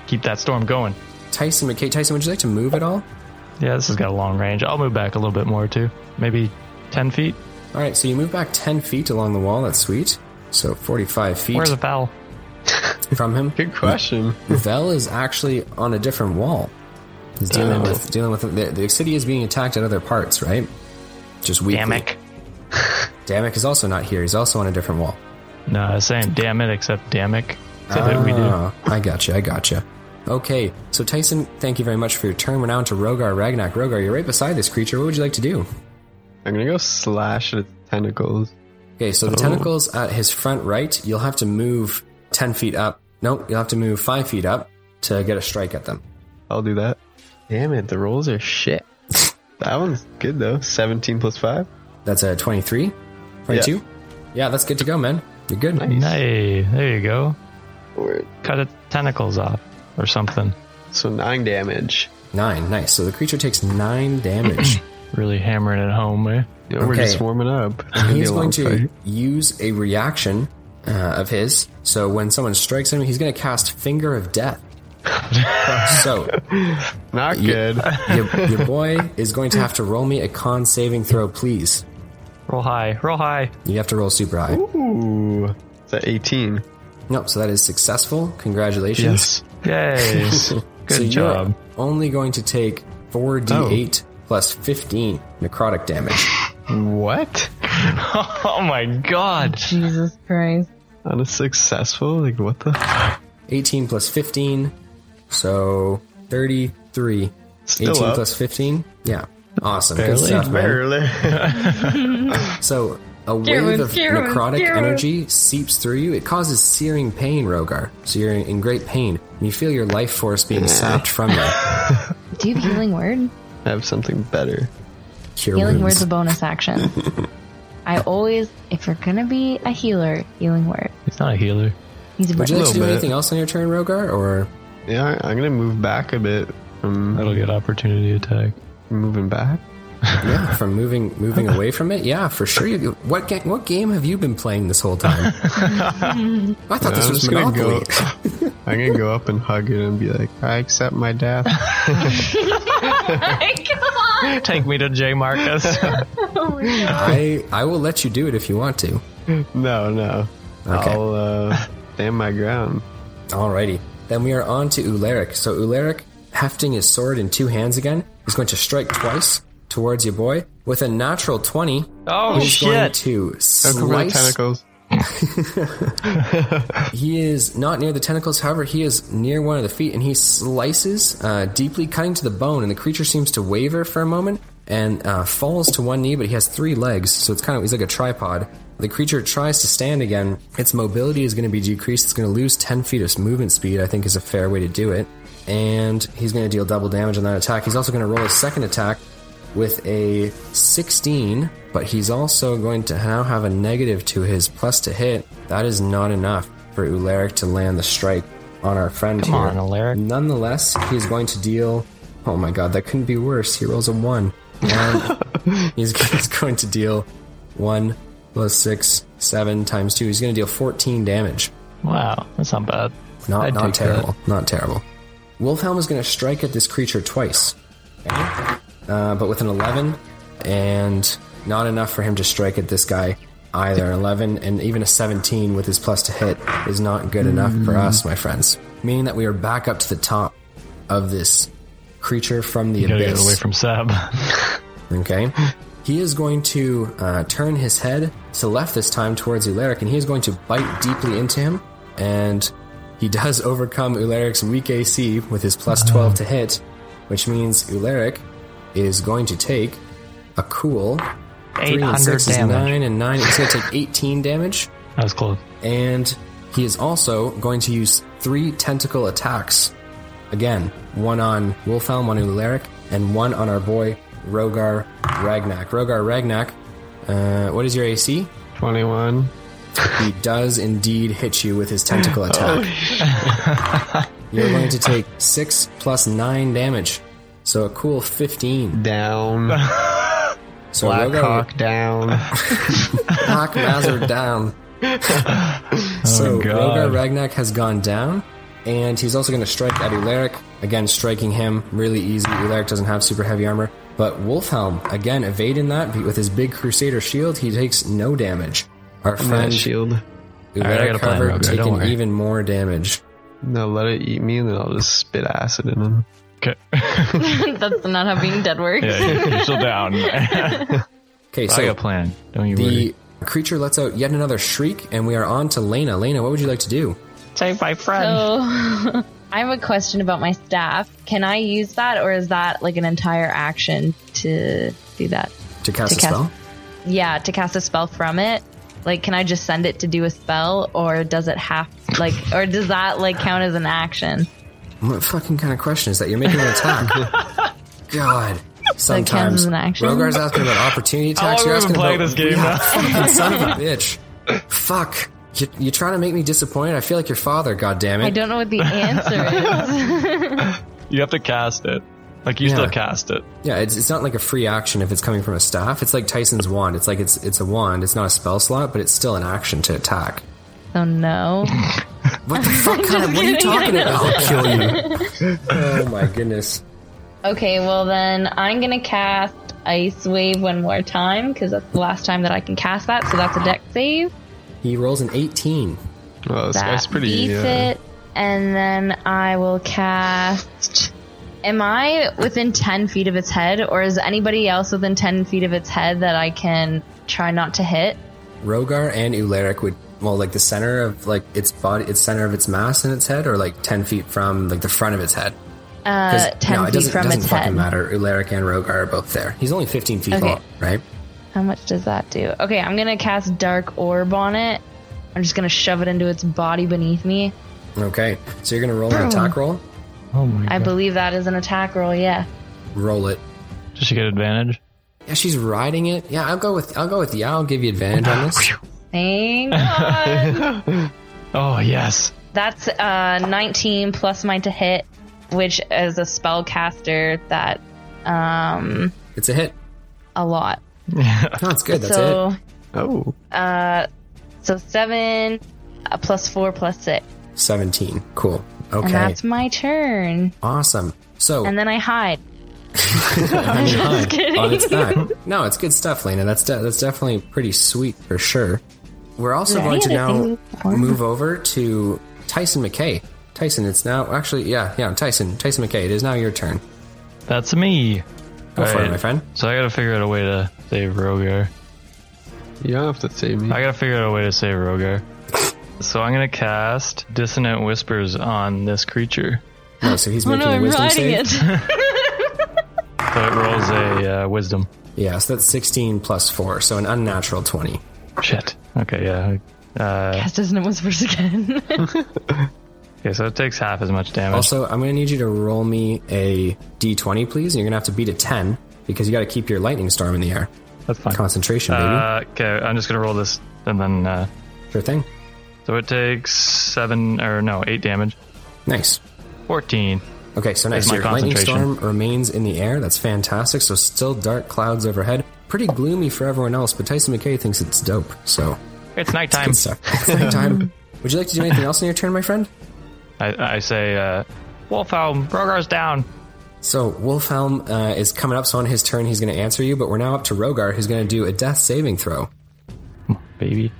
S4: Keep that storm going.
S2: Tyson McKay. Tyson, would you like to move at all?
S4: Yeah, this has got a long range. I'll move back a little bit more too. Maybe ten feet.
S2: All right. So you move back 10 feet along the wall. That's sweet. So 45 feet
S4: Where's the foul?
S2: from him.
S1: Good question.
S2: Vel is actually on a different wall. He's dealing with dealing with the, the city is being attacked at other parts, right? Just weakly. Damek is also not here. He's also on a different wall.
S4: No, I was saying damn it, except damn it. Except that we do.
S2: Ah, I gotcha. I gotcha. Okay, so Tyson, thank you very much for your turn. We're now into Rogar Ragnak. Rogar, you're right beside this creature. What would you like to do?
S1: I'm gonna go slash at its tentacles.
S2: Okay, so the tentacles at his front right, you'll have to move 10 feet up. Nope, you'll have to move 5 feet up to get a strike at them.
S1: I'll do that. Damn it, the rolls are shit. that one's good though. 17 plus 5.
S2: That's a 23, 22. Yeah, that's good to go, man. You're good.
S4: Hey, there you go.
S1: Forward.
S4: Cut its tentacles off or something.
S1: So 9 damage.
S2: Nine, nice. So the creature takes nine damage.
S4: Really hammering it home, eh?
S1: Yeah, We're
S2: Okay.
S1: just warming up. It's gonna be
S2: he's
S1: a
S2: going
S1: long
S2: to
S1: fight.
S2: use a reaction uh, of his. So when someone strikes him, he's going to cast Finger of Death. so
S1: Not good.
S2: your, your boy is going to have to roll me a con saving throw, please.
S4: Roll high, roll high.
S2: You have to roll super high.
S1: Ooh. It's at 18.
S2: Nope. So that is successful. Congratulations.
S4: Yay. Good
S2: So you're
S4: job. Oh.
S2: Only going to take four d8 plus fifteen necrotic damage.
S1: What?
S4: Oh my god.
S3: Jesus Christ.
S1: On a successful? Like, what the? f-
S2: 18 plus 15, so 33.
S1: Still
S2: 18
S1: up.
S2: plus 15, yeah. Awesome. Good
S4: Barely.
S2: stuff, man.
S1: Barely.
S2: So a
S3: Kieran,
S2: wave of
S3: Kieran,
S2: necrotic
S3: Kieran.
S2: energy seeps through you. It causes searing pain, Rogar. So you're in great pain, and you feel your life force being sapped from you.
S3: Do you have healing word?
S1: I have something better.
S2: Cure
S3: Healing
S2: wounds.
S3: word's a bonus action. I always, if you're gonna be a healer, healing word.
S4: He's not a healer.
S3: He's a
S2: Would you
S3: bro.
S2: like to do
S1: Little bit.
S2: anything else on your turn, Rogar? Or
S1: Yeah, I- I'm gonna move back a bit. I'm
S4: That'll get opportunity attack.
S1: moving back.
S2: yeah, from moving moving away from it? Yeah, for sure. You, what ga- what game have you been playing this whole time? I thought this
S1: I'm
S2: was
S1: just gonna
S2: Monopoly.
S1: go. I'm gonna go up and hug it and be like, "I accept my death."
S3: Come on!
S4: Take me to J Marcus.
S3: Oh my God.
S2: I I will let you do it if you want to.
S1: no, no.
S2: Okay.
S1: I'll uh, stand my ground.
S2: Alrighty. Then we are on to Ularic. So Ularic, hefting his sword in two hands again, is going to strike twice towards your boy with a natural twenty.
S4: oh
S2: He's going
S4: shit!
S2: to
S1: Don't cover the
S2: slice.
S1: tentacles.
S2: He is not near the tentacles, however, he is near one of the feet, and he slices uh, deeply, cutting to the bone. And the creature seems to waver for a moment and uh, falls to one knee, but he has three legs, so it's kind of he's like a tripod. The creature tries to stand again. Its mobility is going to be decreased. It's going to lose ten feet of movement speed. I think is a fair way to do it. And he's going to deal double damage on that attack. He's also going to roll a second attack with a 16, but he's also going to now have a negative to his plus to hit. That is not enough for Ularic to land the strike on our friend Come
S4: on, Ularic.
S2: Nonetheless, he's going to deal. Oh my god, that couldn't be worse. He rolls a 1. And he's, he's going to deal 1 plus 6, 7 times 2. He's going to deal 14 damage.
S4: Wow, that's not bad.
S2: Not,
S4: I'd
S2: not
S4: take
S2: terrible. Not terrible. Wolfhelm is going to strike at this creature twice, okay? uh, but with an 11, and not enough for him to strike at this guy either. An 11 and even a 17 with his plus to hit is not good enough for us, my friends. Meaning that we are back up to the top of this creature from the
S4: You gotta
S2: abyss.
S4: get away from Sab.
S2: Okay. He is going to uh, turn his head to left this time towards Ularic, and he is going to bite deeply into him. And he does overcome Ularic's weak AC with his plus 12 to hit, which means Ularic is going to take a cool 3 and
S4: 800
S2: 6 is
S4: damage.
S2: 9 and 9. He's going to take 18 damage,
S4: That was close.
S2: and he is also going to use three tentacle attacks. Again, one on Wolfhelm, one on Ularic, and one on our boy Rogar Ragnak. Rogar Ragnak, uh, what is your AC?
S1: Twenty-one.
S2: He does indeed hit you with his tentacle attack. You're going to take six plus nine damage, so a cool fifteen.
S1: Down.
S2: So
S1: Black
S2: Rogar-
S1: Hawk down.
S2: Knock Mazur down.
S3: Oh,
S2: so Rogar
S4: God.
S2: Ragnak has gone down, and he's also going to strike at Ularic. Again, striking him really easy. Ularic doesn't have super heavy armor. But Wolfhelm, again, evading that with his big Crusader shield, he takes no damage. Our
S1: That
S2: friend
S1: shield.
S4: Alright, I got
S2: Ularic,
S4: a plan,
S2: however,
S4: Rogar, don't
S2: taking
S4: worry.
S2: even more damage.
S1: Now let it eat me, and then I'll just spit acid in him.
S4: Okay.
S3: That's not how being dead works.
S4: yeah, you're still down.
S2: Okay,
S4: I got a
S2: so
S4: plan. Don't you worry.
S2: the creature lets out yet another shriek, and we are on to Lena. Lena, what would you like to do?
S4: Save my friend.
S3: So, I have a question about my staff. Can I use that, or is that like an entire action to do that?
S2: To cast
S3: To
S2: a
S3: cast-
S2: spell?
S3: Yeah, to cast a spell from it. Like, can I just send it to do a spell, or does it have like, or does that like count as an action?
S2: What fucking kind of question is that? You're making an attack. God. Sometimes
S3: as an action?
S2: Rogar's asking about opportunity attacks.
S4: long
S2: You're
S4: have we
S2: asking
S4: been playing
S2: about
S4: this game
S2: yeah,
S4: now?
S2: fucking son of a bitch. Fuck. You, you're trying to make me disappointed. I feel like your father. God damn
S3: I
S2: it.
S3: don't know what the answer is.
S4: You have to cast it. Like you
S2: Yeah.
S4: still cast it.
S2: Yeah, it's, it's not like a free action if it's coming from a staff. It's like Tyson's wand. It's like it's it's a wand. It's not a spell slot, but it's still an action to attack.
S3: So Oh, no.
S2: What the fuck kind of? What are you
S3: kidding,
S2: talking
S3: I
S2: about? I'll kill you. oh my goodness.
S3: Okay, well then I'm gonna cast Ice Wave one more time because that's the last time that I can cast that. So that's a deck save.
S2: He rolls an 18.
S1: Well, Oh, this
S3: that
S1: guy's pretty.
S3: beats
S1: Uh,
S3: it, and then I will cast. Am I within ten feet of its head, or is anybody else within ten feet of its head that I can try not to hit?
S2: Rogar and Ularic would well like the center of like its body its center of its mass in its head or like ten feet from like the front of its head.
S3: uh,
S2: 'Cause,
S3: 10
S2: no, it
S3: feet
S2: doesn't,
S3: from
S2: doesn't
S3: its
S2: fucking
S3: head.
S2: matter. Ularic and Rogar are both there. He's only 15 feet
S3: Okay.
S2: long, right?
S3: How much does that do? Okay, I'm gonna cast Dark Orb on it. I'm just gonna shove it into its body beneath me.
S2: Okay. So you're going to roll an attack roll?
S4: Oh my
S3: I
S4: god.
S3: believe that is an attack roll, yeah.
S2: Roll it.
S4: Does she get advantage?
S2: Yeah, she's riding it. Yeah, I'll go with I'll go with yeah. I'll give you advantage on this.
S3: Thank God.
S4: Oh yes.
S3: That's uh, 19 plus my to hit, which is a spellcaster that um,
S2: It's a hit.
S3: a lot.
S2: No, it's good. That's
S3: so
S1: Oh,
S3: so seven uh, plus four plus six,
S2: it. Seventeen. Cool.
S3: and
S2: Okay.
S3: that's my turn.
S2: Awesome. So
S3: And then I hide. I'm just kidding.
S2: on Oh, its back. No, it's good stuff, Lena. That's de- that's definitely pretty sweet for sure. We're also
S3: Yeah,
S2: going to
S3: I
S2: now
S3: think we're-
S2: move over to Tyson McKay. Tyson, it's now actually yeah yeah Tyson Tyson McKay. It is now your turn.
S4: That's me.
S2: Go for it,
S4: Alright.
S2: my friend.
S4: So I gotta figure out a way to save Rogar.
S1: you don't have to save me.
S4: I gotta figure out a way to save Rogar. So I'm gonna cast Dissonant Whispers on this creature.
S2: No, so he's
S3: Oh
S2: making
S3: no,
S2: a
S3: I'm
S2: wisdom
S3: riding
S2: save.
S3: it.
S4: So it rolls a uh, Wisdom.
S2: Yeah, so that's sixteen plus four, so an unnatural twenty.
S4: Shit. Okay, yeah. Uh,
S3: Cast doesn't whispers again.
S4: okay, so it takes half as much damage.
S2: Also, I'm going to need you to roll me a d20, please. And you're going to have to beat a 10 because you got to keep your lightning storm in the air.
S4: That's fine.
S2: Concentration, baby.
S4: Uh, okay, I'm just gonna roll this, and then uh,
S2: sure thing.
S4: so it takes seven or no eight damage.
S2: Nice.
S4: Fourteen.
S2: Okay, so nice.
S4: my
S2: Your lightning
S4: concentration.
S2: storm remains in the air. That's fantastic. So still dark clouds overhead. Pretty gloomy for everyone else, but Tyson McKay thinks it's dope. So
S4: It's nighttime.
S2: good stuff. It's nighttime. Would you like to do anything else in your turn, my friend?
S4: I, I say, uh, Wolfhelm, Rogar's down.
S2: So Wolfhelm uh, is coming up. So on his turn, he's going to answer you. But we're now up to Rogar, who's going to do a death saving throw.
S4: Baby.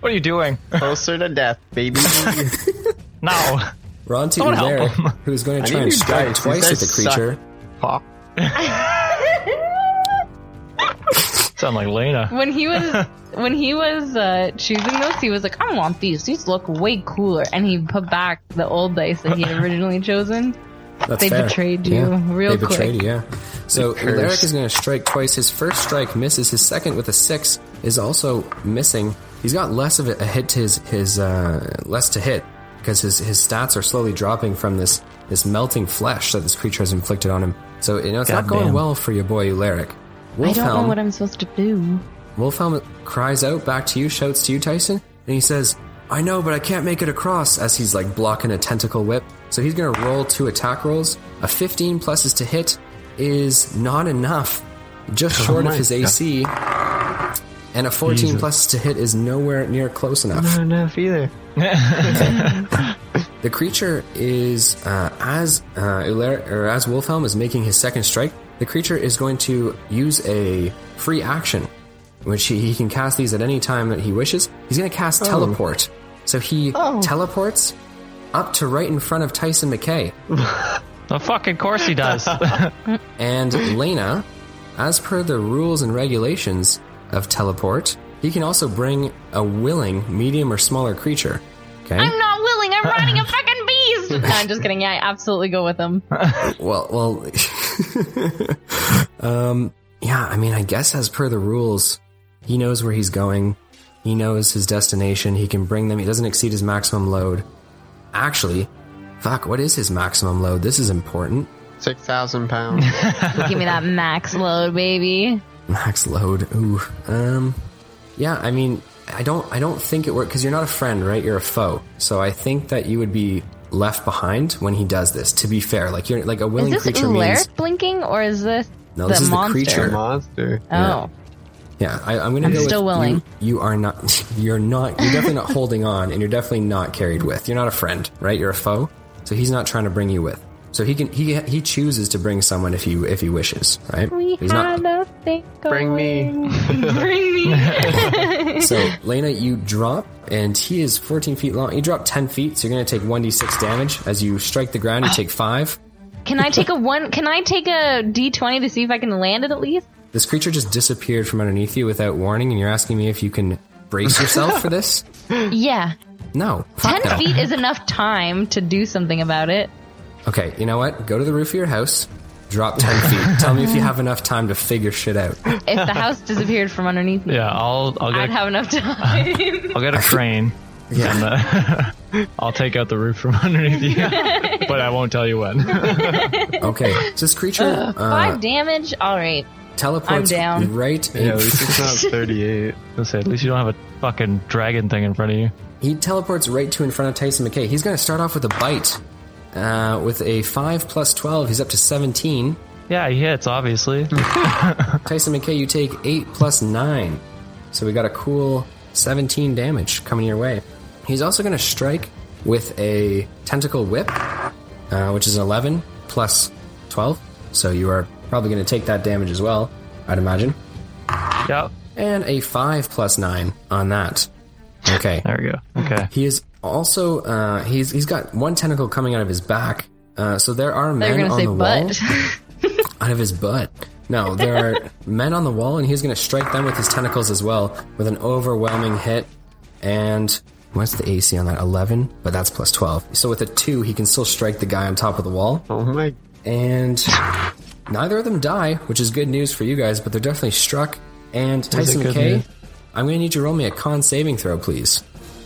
S4: What are you doing?
S1: Closer to death, baby.
S4: no.
S2: We're on to
S4: Don't help
S2: Ularic,
S4: him.
S2: who's going to try
S1: need
S2: and
S1: new dice.
S2: strike
S1: These
S2: twice at the
S1: dice suck.
S2: creature.
S1: Pop.
S4: Sound like Lena.
S3: when he was when he was uh, choosing those, he was like, "I want these. These look way cooler." And he put back the old dice that he had originally chosen.
S2: That's
S3: They
S2: fair.
S3: betrayed you real
S2: they betrayed
S3: quick.
S2: you, yeah. So Ularic is going to strike twice. His first strike misses. His second with a six is also missing. He's got less of a a hit to his his uh, less to hit because his his stats are slowly dropping from this this melting flesh that this creature has inflicted on him. So you know it's not going
S4: Goddamn.
S2: well for your boy Ularic. Wolfhelm,
S3: I don't know what I'm supposed to do.
S2: Wolfhelm cries out back to you, shouts to you, Tyson, and he says, I know, but I can't make it across, as he's like blocking a tentacle whip. So he's gonna roll two attack rolls. A 15 plus is to hit is not enough, just short of
S1: my
S2: his AC. And a 14
S4: Jesus.
S2: plus is to hit is nowhere near close enough.
S1: Not enough either.
S2: The creature is uh, as uh, Ular- or as Wolfhelm is making his second strike. The creature is going to use a free action, which he, he can cast these at any time that he wishes. He's going to cast teleport, so he teleports up to right in front of Tyson McKay
S4: The fucking course he does.
S2: and Lena. As per the rules and regulations of teleport, he can also bring a willing medium or smaller creature. Okay.
S3: I'm not willing. I'm riding a fucking beast. No, I'm just kidding. Yeah, I absolutely go with him.
S2: Well, well, um, yeah. I mean, I guess as per the rules, he knows where he's going. He knows his destination. He can bring them. He doesn't exceed his maximum load. Actually, fuck. What is his maximum load? This is important.
S1: Six thousand pounds.
S3: Give me that max load, baby.
S2: Max load. Ooh. Um. Yeah. I mean, I don't. I don't think it works because you're not a friend, right? You're a foe. So I think that you would be left behind when he does this. To be fair, like you're like a
S3: Is
S2: willing
S3: this
S2: creature means.
S3: Ularic blinking or is this
S2: No,
S3: the
S2: this is the
S3: monster?
S2: creature.
S1: Monster.
S3: Oh,
S2: Yeah, I, I'm gonna.
S3: I'm
S2: go with
S3: still willing.
S2: You, you are not. You're not. You're definitely not holding on, and you're definitely not carried with. You're not a friend, right? You're a foe. So he's not trying to bring you with. So he can. He he chooses to bring someone if he if he wishes, right?
S3: we
S2: he's
S3: had
S2: not.
S3: a thing
S1: Bring me.
S3: going. Bring me.
S2: So Lena, you drop, and he is 14 feet long. You drop 10 feet, so you're gonna take 1d6 damage as you strike the ground. You take five.
S3: Can I take a one? Can I take a D twenty to see if I can land it at least?
S2: This creature just disappeared from underneath you without warning, and you're asking me if you can brace yourself for this?
S3: Yeah,
S2: No. Fuck
S3: ten
S2: no.
S3: feet is enough time to do something about it.
S2: Okay, you know what? Go to the roof of your house, drop 10 feet. Tell me if you have enough time to figure shit out.
S3: If the house disappeared from underneath me,
S4: Yeah, I'll I'll
S3: I'd
S4: get a,
S3: have enough time.
S4: I'll get a crane. And, uh, I'll take out the roof from underneath you, but I won't tell you when.
S2: Okay, so this creature uh,
S3: Five damage. All right.
S2: teleports
S3: I'm down.
S2: right
S1: Yeah,
S2: in
S1: at least it's not 38.
S4: Let's say at least you don't have a fucking dragon thing in front of you.
S2: He teleports right to in front of Tyson McKay. He's going to start off with a bite. Uh, with a 5 plus 12, he's up to 17.
S4: Yeah, he hits obviously.
S2: Tyson McKay, you take 8 plus 9. So we got a cool 17 damage coming your way. He's also going to strike with a tentacle whip, uh, which is an 11 plus 12. So you are probably going to take that damage as well, I'd imagine.
S4: yeah,
S2: And a 5 plus 9 on that. Okay.
S4: there we go. Okay,
S2: He is also uh, he's he's got one tentacle coming out of his back. Uh, so there are
S3: They were
S2: men
S3: gonna
S2: on
S3: say
S2: the
S3: butt.
S2: wall out of his butt. No, there are men on the wall, and he's going to strike them with his tentacles as well with an overwhelming hit. And what's the AC on that? Eleven, but that's plus twelve. So with a two, he can still strike the guy on top of the wall,
S1: Oh my.
S2: and neither of them die, which is good news for you guys. But they're definitely struck. And Tyson
S4: good
S2: McKay,
S4: news?
S2: I'm going to need you to roll me a con saving throw, please.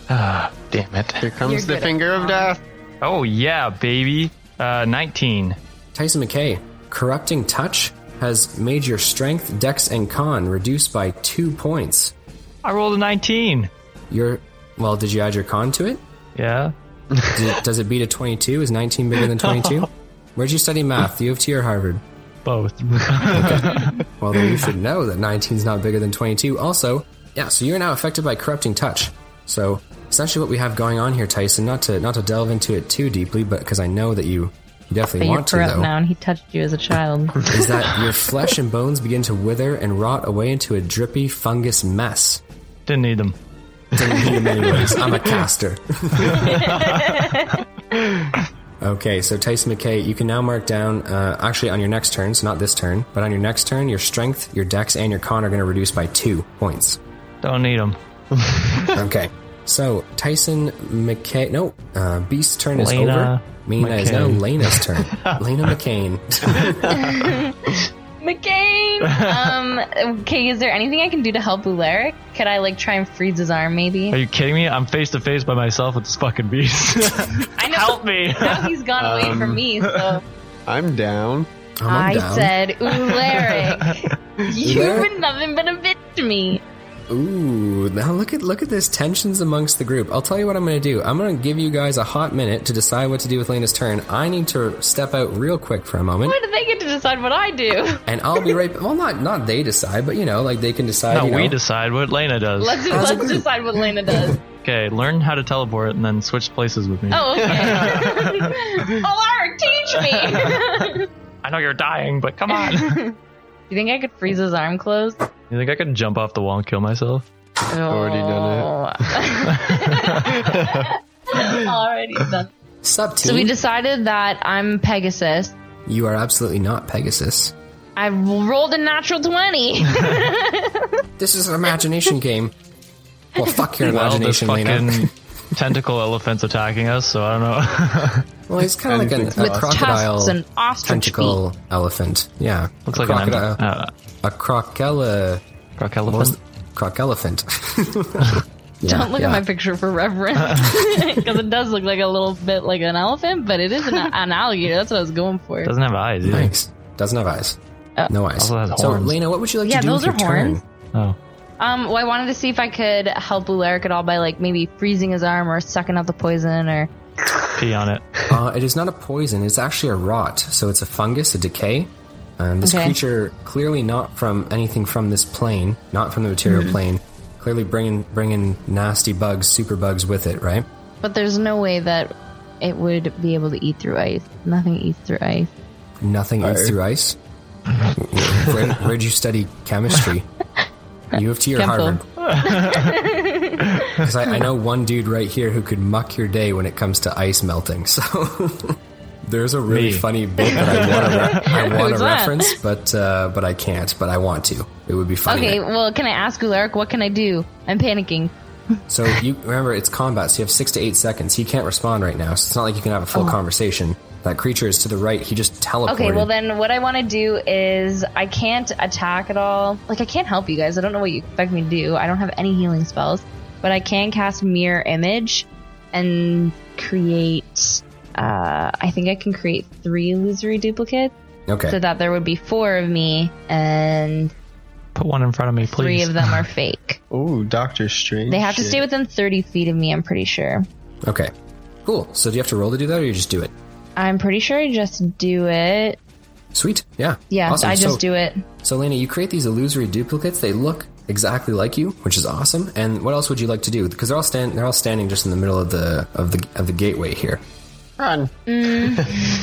S4: damn
S1: Here
S4: it.
S3: You're
S1: comes
S3: good
S1: the
S3: at
S1: finger of death.
S4: Oh yeah, baby. Uh, nineteen.
S2: Tyson McKay, corrupting touch has made your strength, dex, and con reduced by two points.
S4: I rolled a nineteen.
S2: Your well, did you add your con to it?
S4: Yeah,
S2: Does it, does it beat a twenty-two? Is nineteen bigger than twenty-two? Where'd you study math? The U of T or Harvard?
S4: both.
S2: Well, then you should know that 19 is not bigger than 22. Also, yeah, so you're now affected by corrupting touch. So essentially, what we have going on here, Tyson, not to not to delve into it too deeply, but because I know that you definitely
S3: But you're
S2: want to,
S3: corrupt
S2: though.
S3: now, and he touched you as a child.
S2: is that your flesh and bones begin to wither and rot away into a drippy fungus mess.
S4: Didn't need them.
S2: Didn't need them anyways. I'm a caster. okay, so Tyson McKay, you can now mark down, uh, actually on your next turn, so not this turn, but on your next turn, your strength, your dex, and your con are going to reduce by two points.
S4: Don't need them.
S2: Okay. So Tyson McKay, no, uh, Beast's turn is
S4: Lena
S2: over. Mina is now
S4: McCain.
S2: Lena's turn. Lena McCain.
S3: McCain. Um. Okay. Is there anything I can do to help Ularic? Could I like try and freeze his arm? Maybe.
S4: Are you kidding me? I'm face to face by myself with this fucking beast.
S3: I know.
S4: Help me.
S3: Now he's gone away
S1: Um,
S3: from me. So
S1: I'm down.
S2: Oh, I'm
S3: I
S2: down.
S3: said, Ularic, you've
S2: Ularic?
S3: been nothing but a bitch to me.
S2: Ooh, now look at look at this tensions amongst the group. I'll tell you what I'm going to do. I'm going to give you guys a hot minute to decide what to do with Lena's turn. I need to step out real quick for a moment,
S3: Why do they get to decide what I do?
S2: and I'll be right. Well, not not they decide, but you know, like they can decide.
S4: Now
S2: you know,
S4: we decide what Lena does.
S3: Let's
S2: As a
S3: let's
S2: group.
S3: decide what Lena does.
S4: Okay, learn how to teleport and then switch places with me.
S3: Oh, okay. Ularic, teach me.
S4: I know you're dying, but come on.
S3: you think I could freeze his arm closed?
S4: you think I could jump off the wall and kill myself?
S1: Already done
S3: it. Already done.
S2: sub team.
S3: So we decided that I'm Pegasus.
S2: you are absolutely not Pegasus.
S3: I rolled a natural 20.
S2: This is an imagination game. Well, fuck your
S4: Well, this
S2: imagination, Lena.
S4: fucking tentacle elephant's attacking us, so I don't know.
S2: Well, he's kind of like an, a
S3: With
S2: crocodile
S3: tusks and ostrich
S2: tentacle elephant. Yeah,
S4: Looks
S2: a
S4: like an
S2: crocodile,
S4: em- uh,
S2: a crocella,
S4: croc
S2: what was
S4: elephant.
S2: the- croc elephant.
S3: Don't look at my picture for reference. Because it does look like a little bit like an elephant, but it is an, an alligator. That's what I was going for.
S4: Doesn't have eyes. Either.
S2: Thanks. Doesn't have eyes. no eyes.
S4: also has
S2: so,
S4: horns.
S2: Lena, what would you like
S3: Oh. Yeah,
S2: to do
S3: those
S2: with
S3: are
S2: your
S3: horns.
S2: turn?
S4: Oh,
S3: Um, well, I wanted to see if I could help Ularic at all by like maybe freezing his arm or sucking out the poison or.
S4: pee on it.
S2: Uh, it is not a poison. It's actually a rot. So it's a fungus, a decay. Um, this
S3: Okay.
S2: creature, clearly not from anything from this plane, not from the material
S4: Mm-hmm.
S2: plane, clearly bringing bringing nasty bugs, super bugs with it, right?
S3: But there's no way that it would be able to eat through ice. Nothing eats through ice.
S2: Nothing eats through ice. Where, where'd you study chemistry? U of T or
S3: Temple.
S2: Harvard? Because I, I know one dude right here who could muck your day when it comes to ice melting. So there's a really
S4: Me.
S2: funny bit that I want to re- I want
S3: Who's
S2: to
S3: that?
S2: reference, but uh, but I can't. But I want to. It would be funny.
S3: Okay, well, can I ask Ularic what can I do? I'm panicking.
S2: So you remember it's combat, so you have six to eight seconds. He can't respond right now, so it's not like you can have a full conversation. That creature is to the right. He just teleported.
S3: Uh-huh. Okay, well then what I want to do is I can't attack at all. Like I can't help you guys. I don't know what you expect me to do. I don't have any healing spells, but I can cast mirror image and create uh I think I can create 3 illusory duplicates
S2: okay.
S3: so that there would be 4 of me and
S4: Put one in front of me,
S3: 3
S4: please.
S3: of them are fake.
S1: Ooh, Doctor Strange.
S3: They have to
S1: Oh, shit.
S3: stay within 30 feet of me, I'm pretty sure.
S2: okay. Cool. So do you have to roll to do that, or you just do it?
S3: I'm pretty sure I just do it.
S2: Sweet. Yeah.
S3: Yeah,
S2: Awesome.
S3: I just
S2: so,
S3: do it.
S2: So, Lena, you create these illusory duplicates. They look exactly like you, which is awesome. And what else would you like to do? Because they're all stand they're all standing just in the middle of the of the of the gateway here.
S1: Run.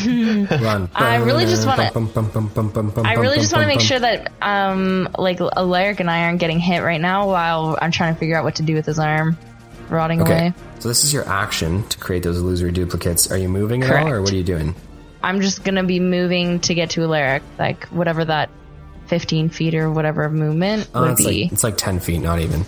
S2: Run.
S3: I really just wanna- I
S2: I
S3: really just want to make sure that, um, like Alaric and I aren't getting hit right now while I'm trying to figure out what to do with his arm rotting
S2: Okay.
S3: away.
S2: So this is your action to create those illusory duplicates. Are you moving at all, or
S3: Correct.
S2: what are you doing?
S3: I'm just gonna be moving to get to Alaric, like whatever that 15 feet or whatever movement
S2: Uh,
S3: would
S2: it's
S3: be.
S2: like it's like ten feet, not even.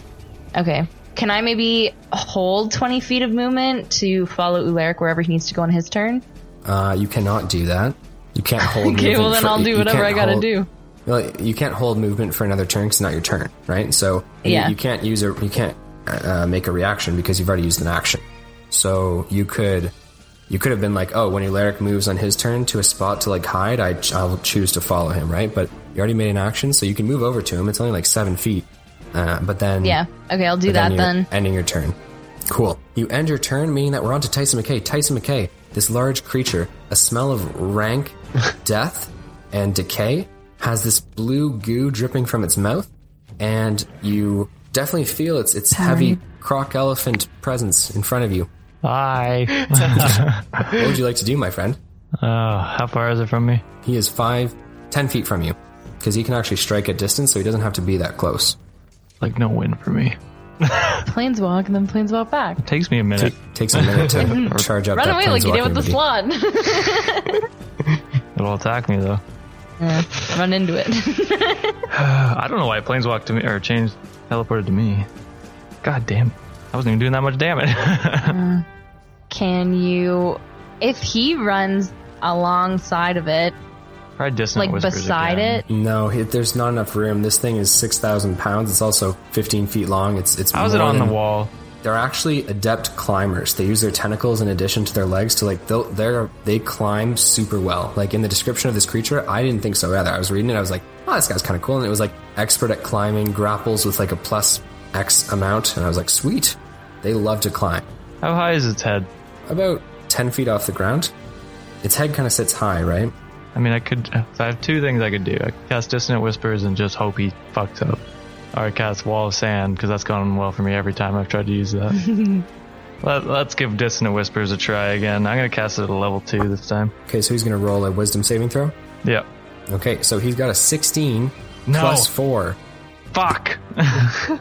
S3: okay. Can I maybe hold 20 feet of movement to follow Ularic wherever he needs to go on his turn?
S2: Uh, you cannot do that. You can't hold.
S3: Okay,
S2: movement
S3: well then
S2: for-
S3: I'll
S2: you-
S3: do
S2: you
S3: whatever
S2: can't
S3: I gotta
S2: hold-
S3: do.
S2: Well, you can't hold movement for another turn 'cause it's not your turn, right? So you-
S3: Yeah.
S2: you, can't use a you can't uh, make a reaction because you've already used an action. So you could you could have been like, oh, when Ularic moves on his turn to a spot to like hide, I I'll choose to follow him, right? But you already made an action, so you can move over to him. It's only like seven feet, uh, but then
S3: Yeah. Okay, I'll do
S2: but
S3: that
S2: you're
S3: then.
S2: Ending your turn. Cool. You end your turn, meaning that we're on to Tyson McKay. Tyson McKay, this large creature, a smell of rank death and decay, has this blue goo dripping from its mouth, and you definitely feel its its heavy croc elephant presence in front of you.
S4: Hi.
S2: What would you like to do, my friend?
S4: Oh, how far is it from me?
S2: He is five, ten feet from you, because he can actually strike at distance, so he doesn't have to be that close.
S4: Like no win for me.
S3: Planes walk and then planes walk back.
S4: Takes me a minute.
S2: Takes a minute to charge up.
S3: Run
S2: that
S3: away like you did
S2: planeswalking
S3: with the
S2: ability.
S3: slot.
S4: It'll attack me though.
S3: Run into it.
S4: I don't know why planes walked to me or changed teleported to me. God damn. I wasn't even doing that much damage.
S3: Can you, if he runs alongside of it,
S4: Try distant
S3: like
S4: whispers
S3: beside
S4: again.
S3: it,
S2: No, it, there's not enough room. This thing is six thousand pounds. It's also fifteen feet long. It's it's.
S4: How's it
S2: more
S4: on the
S2: than-
S4: wall?
S2: They're actually adept climbers. They use their tentacles in addition to their legs to like they'll, they're they climb super well. Like in the description of this creature, I didn't think so either. I was reading it, I was like, oh, this guy's kind of cool, and it was like expert at climbing, grapples with like a plus X amount, and I was like, sweet. They love to climb.
S4: How high is its head?
S2: About ten feet off the ground. Its head kind of sits high, right?
S4: I mean, I could. If I have two things I could do. I could cast Dissonant Whispers and just hope he fucks up. Or I cast Wall of Sand, because that's gone well for me every time I've tried to use that. Let, let's give Dissonant Whispers a try again. I'm going to cast it at a level 2 this time.
S2: Okay, so he's gonna roll a wisdom saving throw.
S4: Yeah.
S2: Okay, so he's got a sixteen
S4: No.
S2: plus four.
S4: Fuck!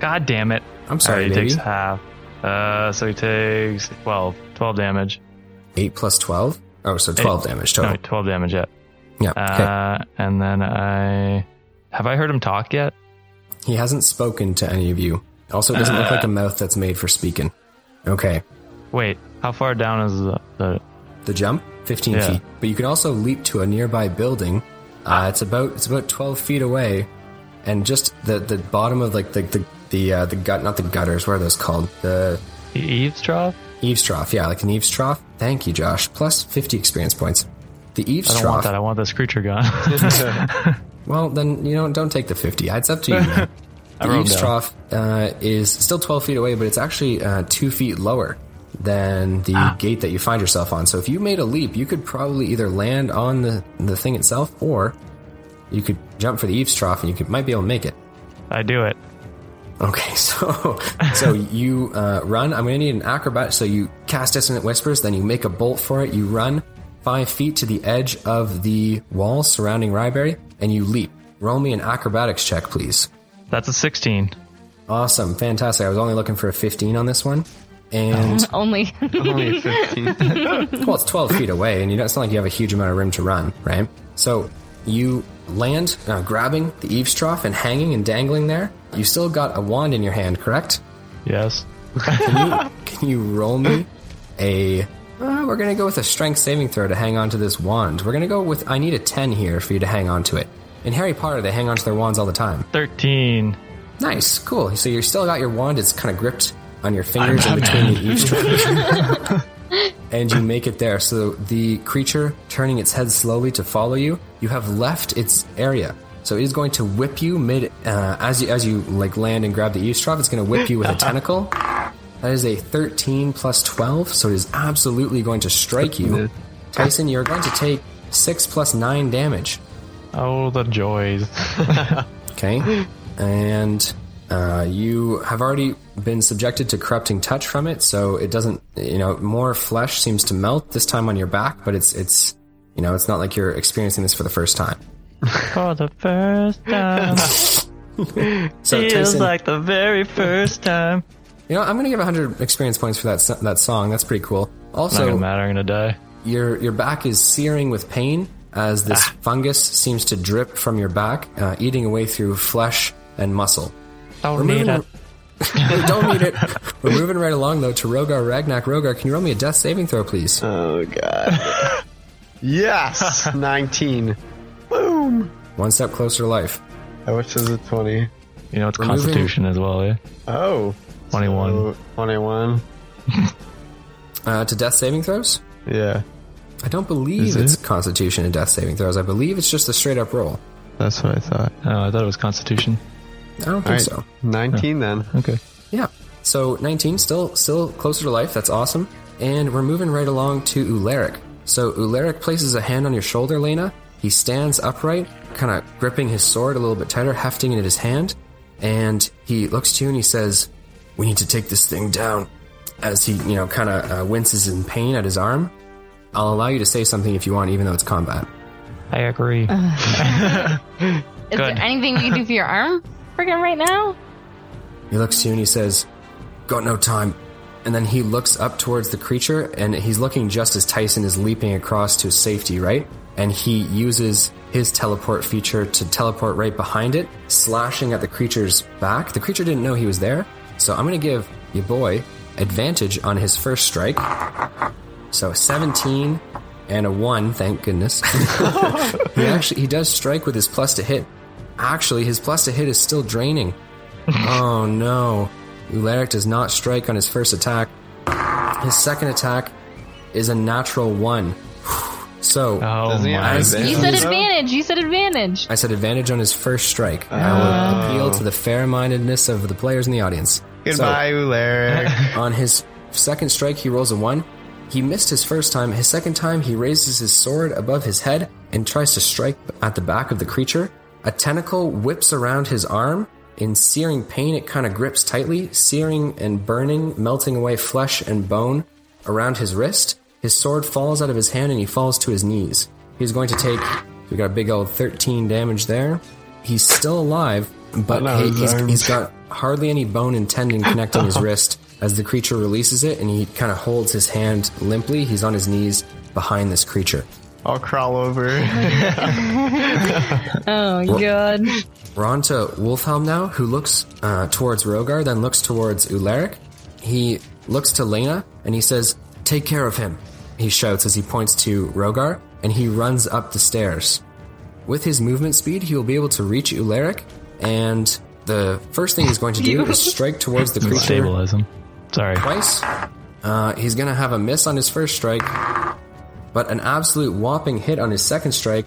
S4: God damn it.
S2: I'm sorry,
S4: Alright, he
S2: baby.
S4: takes half. Uh, so he takes 12. 12 damage.
S2: 8 plus 12? Oh, so 12 damage total.
S4: No, 12 damage yet.
S2: Yeah. okay.
S4: Uh, And then I. Have I heard him talk yet?
S2: He hasn't spoken to any of you. Also, it doesn't look
S4: uh,
S2: like a mouth that's made for speaking. Okay.
S4: Wait, how far down is the. the
S2: The jump, 15
S4: Yeah.
S2: feet. But you can also leap to a nearby building. Uh, it's about it's about 12 feet away. And just the, the bottom of like the the the, uh, the gut not the gutters what are those called the
S4: eaves trough?
S2: eaves trough yeah like an eaves trough thank you Josh plus 50 experience points the eaves
S4: I don't want
S2: trough
S4: that. I want this creature gone.
S2: Well, then you know, don't take the fifty. It's up to you. man. the
S4: wrote
S2: eaves
S4: down.
S2: trough uh, is still twelve feet away, but it's actually uh, two feet lower than the
S4: Ah.
S2: gate that you find yourself on. So if you made a leap, you could probably either land on the the thing itself, or you could jump for the eaves trough, and you could, might be able to make it.
S4: I do it.
S2: Okay, so so you uh, run. I'm going to need an acrobat. So you cast dissonant whispers, then you make a bolt for it. You run five feet to the edge of the wall surrounding Ryberry, and you leap. Roll me an acrobatics check, please.
S4: That's a 16.
S2: Awesome, fantastic. I was only looking for a 15 on this one, and
S3: only
S1: Only 15.
S2: well, it's 12 feet away, and you know, it's not like you have a huge amount of room to run, right? So you land, uh, grabbing the eaves trough and hanging and dangling there. You still got a wand in your hand, correct?
S4: Yes.
S2: Can you, can you roll me a? Uh, we're gonna go with a strength saving throw to hang on to this wand. We're gonna go with I need a ten here for you to hang on to it. In Harry Potter, they hang on to their wands all the time.
S4: 13.
S2: Nice, cool. So you still got your wand. It's kind of gripped on your fingers in between the eavesdrop. and you make it there. So the creature turning its head slowly to follow you, you have left its area. So it is going to whip you mid uh, as you as you like land and grab the eavesdrop. It's going to whip you with a tentacle. That is a thirteen plus twelve, so it is absolutely going to strike you. Tyson, you're going to take six plus nine damage.
S4: Oh, the joys.
S2: Okay.
S4: Mm-hmm.
S2: And uh, you have already been subjected to corrupting touch from it, so it doesn't. You know, more flesh seems to melt this time on your back, but it's it's you know it's not like you're experiencing this for the first time.
S4: For the first time.
S2: So
S4: Feels
S2: Tyson,
S4: like the very first time.
S2: you know, I'm going to give 100 experience points for that so- that song. That's pretty cool.
S4: Not gonna
S2: Also,
S4: matter, I'm gonna die.
S2: your your back is searing with pain as this
S4: Ah.
S2: fungus seems to drip from your back, uh, eating away through flesh and muscle.
S4: Don't
S2: We're
S4: need
S2: moving-
S4: it.
S2: Don't need it. We're moving right along though to Rogar Ragnak. Rogar, can you roll me a death saving throw, please?
S1: Oh god. yes, nineteen. Boom.
S2: One step closer to life.
S1: I wish it was a twenty.
S4: You know, it's
S2: moving-
S4: Constitution as well, yeah?
S1: Oh.
S4: 21.
S1: So, Twenty-one.
S2: Uh, to death saving throws?
S1: Yeah,
S2: I don't believe
S4: Is it?
S2: it's Constitution and death saving throws. I believe it's just a straight up roll.
S1: that's what I thought.
S4: Oh, I thought it was Constitution.
S2: I don't think
S1: All right,
S2: so.
S1: nineteen then.
S4: Okay.
S2: Yeah. So 19, still still closer to life. That's awesome. And we're moving right along to Ularic. So Ularic places a hand on your shoulder, Lena. He stands upright, kind of gripping his sword a little bit tighter, hefting it in his hand. And he looks to you and he says, We need to take this thing down. As he, you know, kind of uh, winces in pain at his arm. I'll allow you to say something if you want, even though it's combat.
S4: I agree.
S2: Uh,
S3: Is
S4: Good.
S3: there anything we can do for your arm? Freaking right now?
S2: He looks to you and he says, Got no time. And then he looks up towards the creature and he's looking just as Tyson is leaping across to safety, right? And he uses his teleport feature to teleport right behind it, slashing at the creature's back. The creature didn't know he was there, so I'm going to give your boy advantage on his first strike. So 17 and a 1, thank goodness. he actually he does strike with his plus to hit. Actually, his plus to hit is still draining. Oh no. Ularic does not strike on his first attack. His second attack is a natural one. So
S4: Oh,
S1: Doesn't he
S4: my.
S1: have
S2: God.
S1: advantage?
S3: You said
S2: Yeah.
S3: advantage. You said advantage.
S2: I said advantage on his first strike. I will appeal to the fair mindedness of the players in the audience.
S1: Goodbye, Ularic.
S2: So, on his second strike, he rolls a one. He missed his first time. His second time, he raises his sword above his head and tries to strike at the back of the creature. A tentacle whips around his arm. In searing pain, it kind of grips tightly, searing and burning, melting away flesh and bone around his wrist. His sword falls out of his hand and he falls to his knees. He's going to take, we got a big old 13 damage there. He's still alive, but
S1: Hello,
S2: he- he's,
S1: Zorm.
S2: he's got hardly any bone and tendon connecting his wrist as the creature releases it and he kind of holds his hand limply. He's on his knees behind this creature.
S1: I'll crawl over.
S3: Oh, God.
S2: We're on to Wolfhelm now, who looks uh, towards Rogar, then looks towards Ularic. He looks to Lena and he says, Take care of him, he shouts as he points to Rogar, and he runs up the stairs. With his movement speed, he will be able to reach Ularic, and the first thing he's going to do is strike towards the creature
S4: Stabilize him. Sorry.
S2: twice. Uh, he's going to have a miss on his first strike, but an absolute whopping hit on his second strike,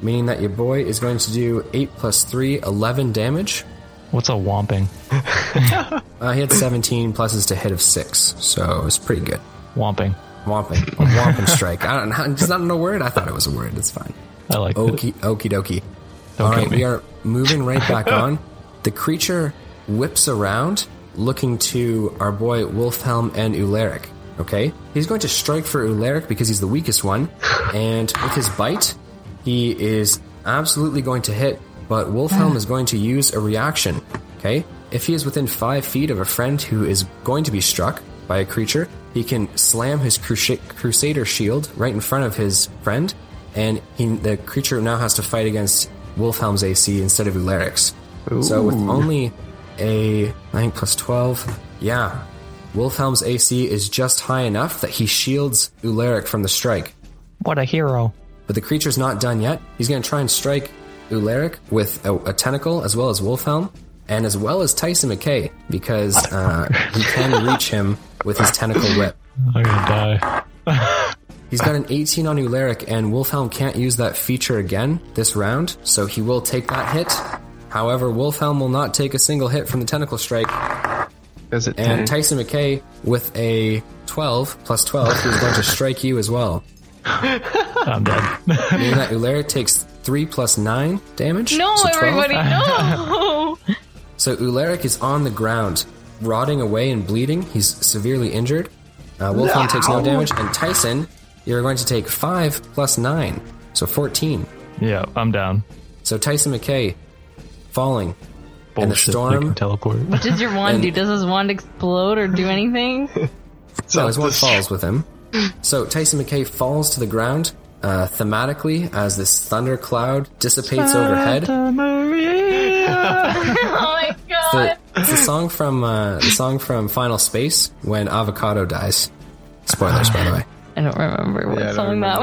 S2: meaning that your boy is going to do 8 plus 3, 11 damage.
S4: What's a whomping?
S2: Uh, he had 17 pluses to hit of 6, so it was pretty good.
S4: Whomping.
S2: Whomping. A whomping strike. I don't know. It's not a word. I thought it was a word. It's fine.
S4: I like it.
S2: Okie, okie dokie. All
S4: kill
S2: right,
S4: me.
S2: we are moving right back on. The creature whips around, looking to our boy Wolfhelm and Ularic. Okay, he's going to strike for Ularic because he's the weakest one, and with his bite, he is absolutely going to hit. But Wolfhelm is going to use a reaction. Okay, if he is within five feet of a friend who is going to be struck by a creature, he can slam his cruci- crusader shield right in front of his friend, and he, the creature now has to fight against Wolfhelm's AC instead of Ularic's. So with only a I think plus twelve. Yeah, Wolfhelm's AC is just high enough that he shields Ularic from the strike.
S4: What a hero.
S2: But the creature's not done yet. He's going to try and strike Ularic with a, a tentacle as well as Wolfhelm and as well as Tyson McKay because uh, he can reach him with his tentacle whip.
S4: I'm gonna die.
S2: He's got an 18 on Ularic, and Wolfhelm can't use that feature again this round, so he will take that hit. However, Wolfhelm will not take a single hit from the tentacle strike,
S1: Does it
S2: and
S1: take-
S2: Tyson McKay with a 12 plus 12 is going to strike you as well.
S4: I'm dead.
S2: Meaning that Ularic takes 3 plus 9 damage.
S3: No,
S2: so 12.
S3: everybody, no.
S2: So Ularic is on the ground, rotting away and bleeding. He's severely injured. Uh, Wolfhelm takes no damage, and Tyson, you're going to take five plus nine, so fourteen.
S4: yeah, I'm down.
S2: So Tyson McKay, falling.
S4: Bullshit.
S2: storm-
S4: They can teleport.
S3: Does your wand do? Does his wand explode or do anything?
S2: No, his
S1: up
S2: one
S1: the-
S2: falls with him. So Tyson McKay falls to the ground. Uh, thematically, as this thunder cloud dissipates overhead,
S3: oh my
S2: the,
S3: god.
S2: it's the song from uh, the song from Final Space when Avocado dies. Spoilers, by the way.
S3: I don't remember what
S1: Yeah, I don't
S3: song that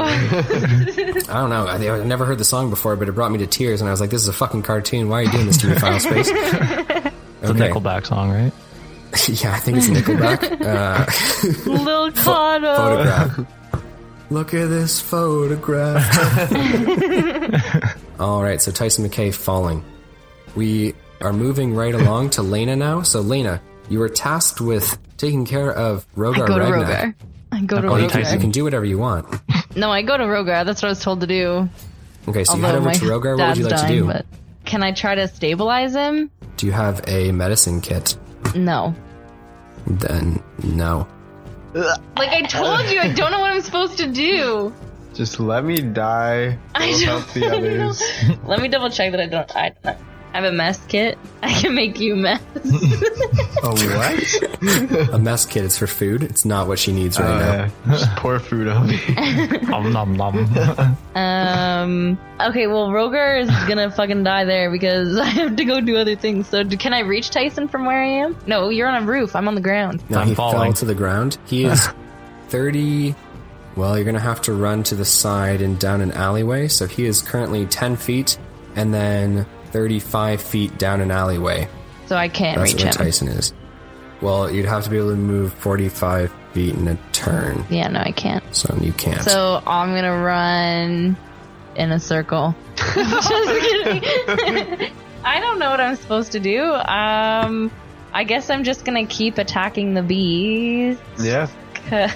S3: was.
S2: I don't know. I, I never heard the song before, but it brought me to tears, and I was like, "This is a fucking cartoon. Why are you doing this to me, Final Space?"
S4: It's a Nickelback song, right?
S2: yeah, I think it's Nickelback. Uh,
S3: Lil Cotto.
S2: photograph. Look at this photograph. All right, so Tyson McKay falling. We are moving right along to Lena now. So Lena, you were tasked with taking care of Rogar.
S3: I go to
S2: Ragnar.
S3: Rogar. I go to
S2: Oh, you can, you
S3: Rogar.
S2: can do whatever you want.
S3: No, I go to Rogar. That's what I was told to do.
S2: Okay, so you head
S3: Although
S2: over
S3: my
S2: to Rogar. What would
S3: dad's
S2: you like
S3: dying,
S2: to do?
S3: but can I try to stabilize him?
S2: Do you have a medicine kit?
S3: No.
S2: Then no.
S3: Like I told you, I don't know what I'm supposed to do.
S1: Just let me die.
S3: I
S1: We'll
S3: don't
S1: help the others.
S3: Let me double check that I don't. I, I have a mess kit. I can make you mess.
S1: Oh what?
S2: A mess kit is for food. It's not what she needs
S4: Oh,
S2: right now.
S1: Uh, just pour food on me.
S4: Nom nom nom.
S3: Um. Okay. Well, Rogar is gonna fucking die there because I have to go do other things. So, do, can I reach Tyson from where I am? No, you're on a roof. I'm on the ground.
S2: No,
S4: I'm
S2: he
S4: falling.
S2: fell to the ground. He is 30. Well, you're going to have to run to the side and down an alleyway. So he is currently 10 feet and then 35 feet down an alleyway.
S3: So I can't
S2: That's
S3: reach
S2: where
S3: him.
S2: Tyson is. Well, you'd have to be able to move 45 feet in a turn.
S3: Yeah. No, I can't.
S2: So you can't.
S3: So I'm gonna run in a circle. Just kidding. I don't know what I'm supposed to do. Um. I guess I'm just gonna keep attacking the bees.
S1: Yeah.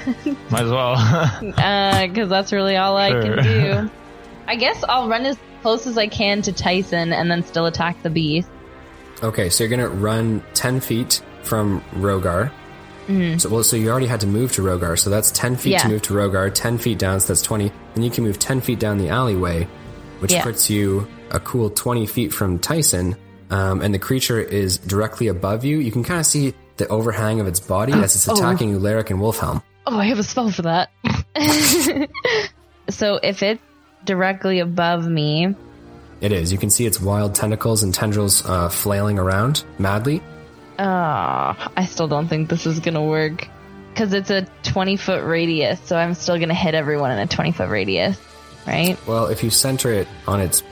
S4: Might as well.
S3: because uh, that's really all I
S4: Sure.
S3: can do. I guess I'll run as close as I can to Tyson and then still attack the beast.
S2: okay, so you're going to run 10 feet from Rogar. So, well, so you already had to move to Rogar, so that's 10 feet to
S3: Mm-hmm. Yeah.
S2: move to Rogar, 10 feet down, so that's 20. Then you can move 10 feet down the alleyway, which
S3: Yeah.
S2: puts you a cool 20 feet from Tyson, um, and the creature is directly above you. You can kind of see the overhang of its body as it's attacking Ularic and Wolfhelm.
S3: Oh, I have a spell for that. so if it's directly above me,
S2: It is. You can see its wild tentacles and tendrils uh, flailing around madly.
S3: ah, I still don't think this is gonna work because it's a 20 foot radius. So I'm still gonna hit everyone in a 20 foot radius, right?
S2: Well, if you center it on its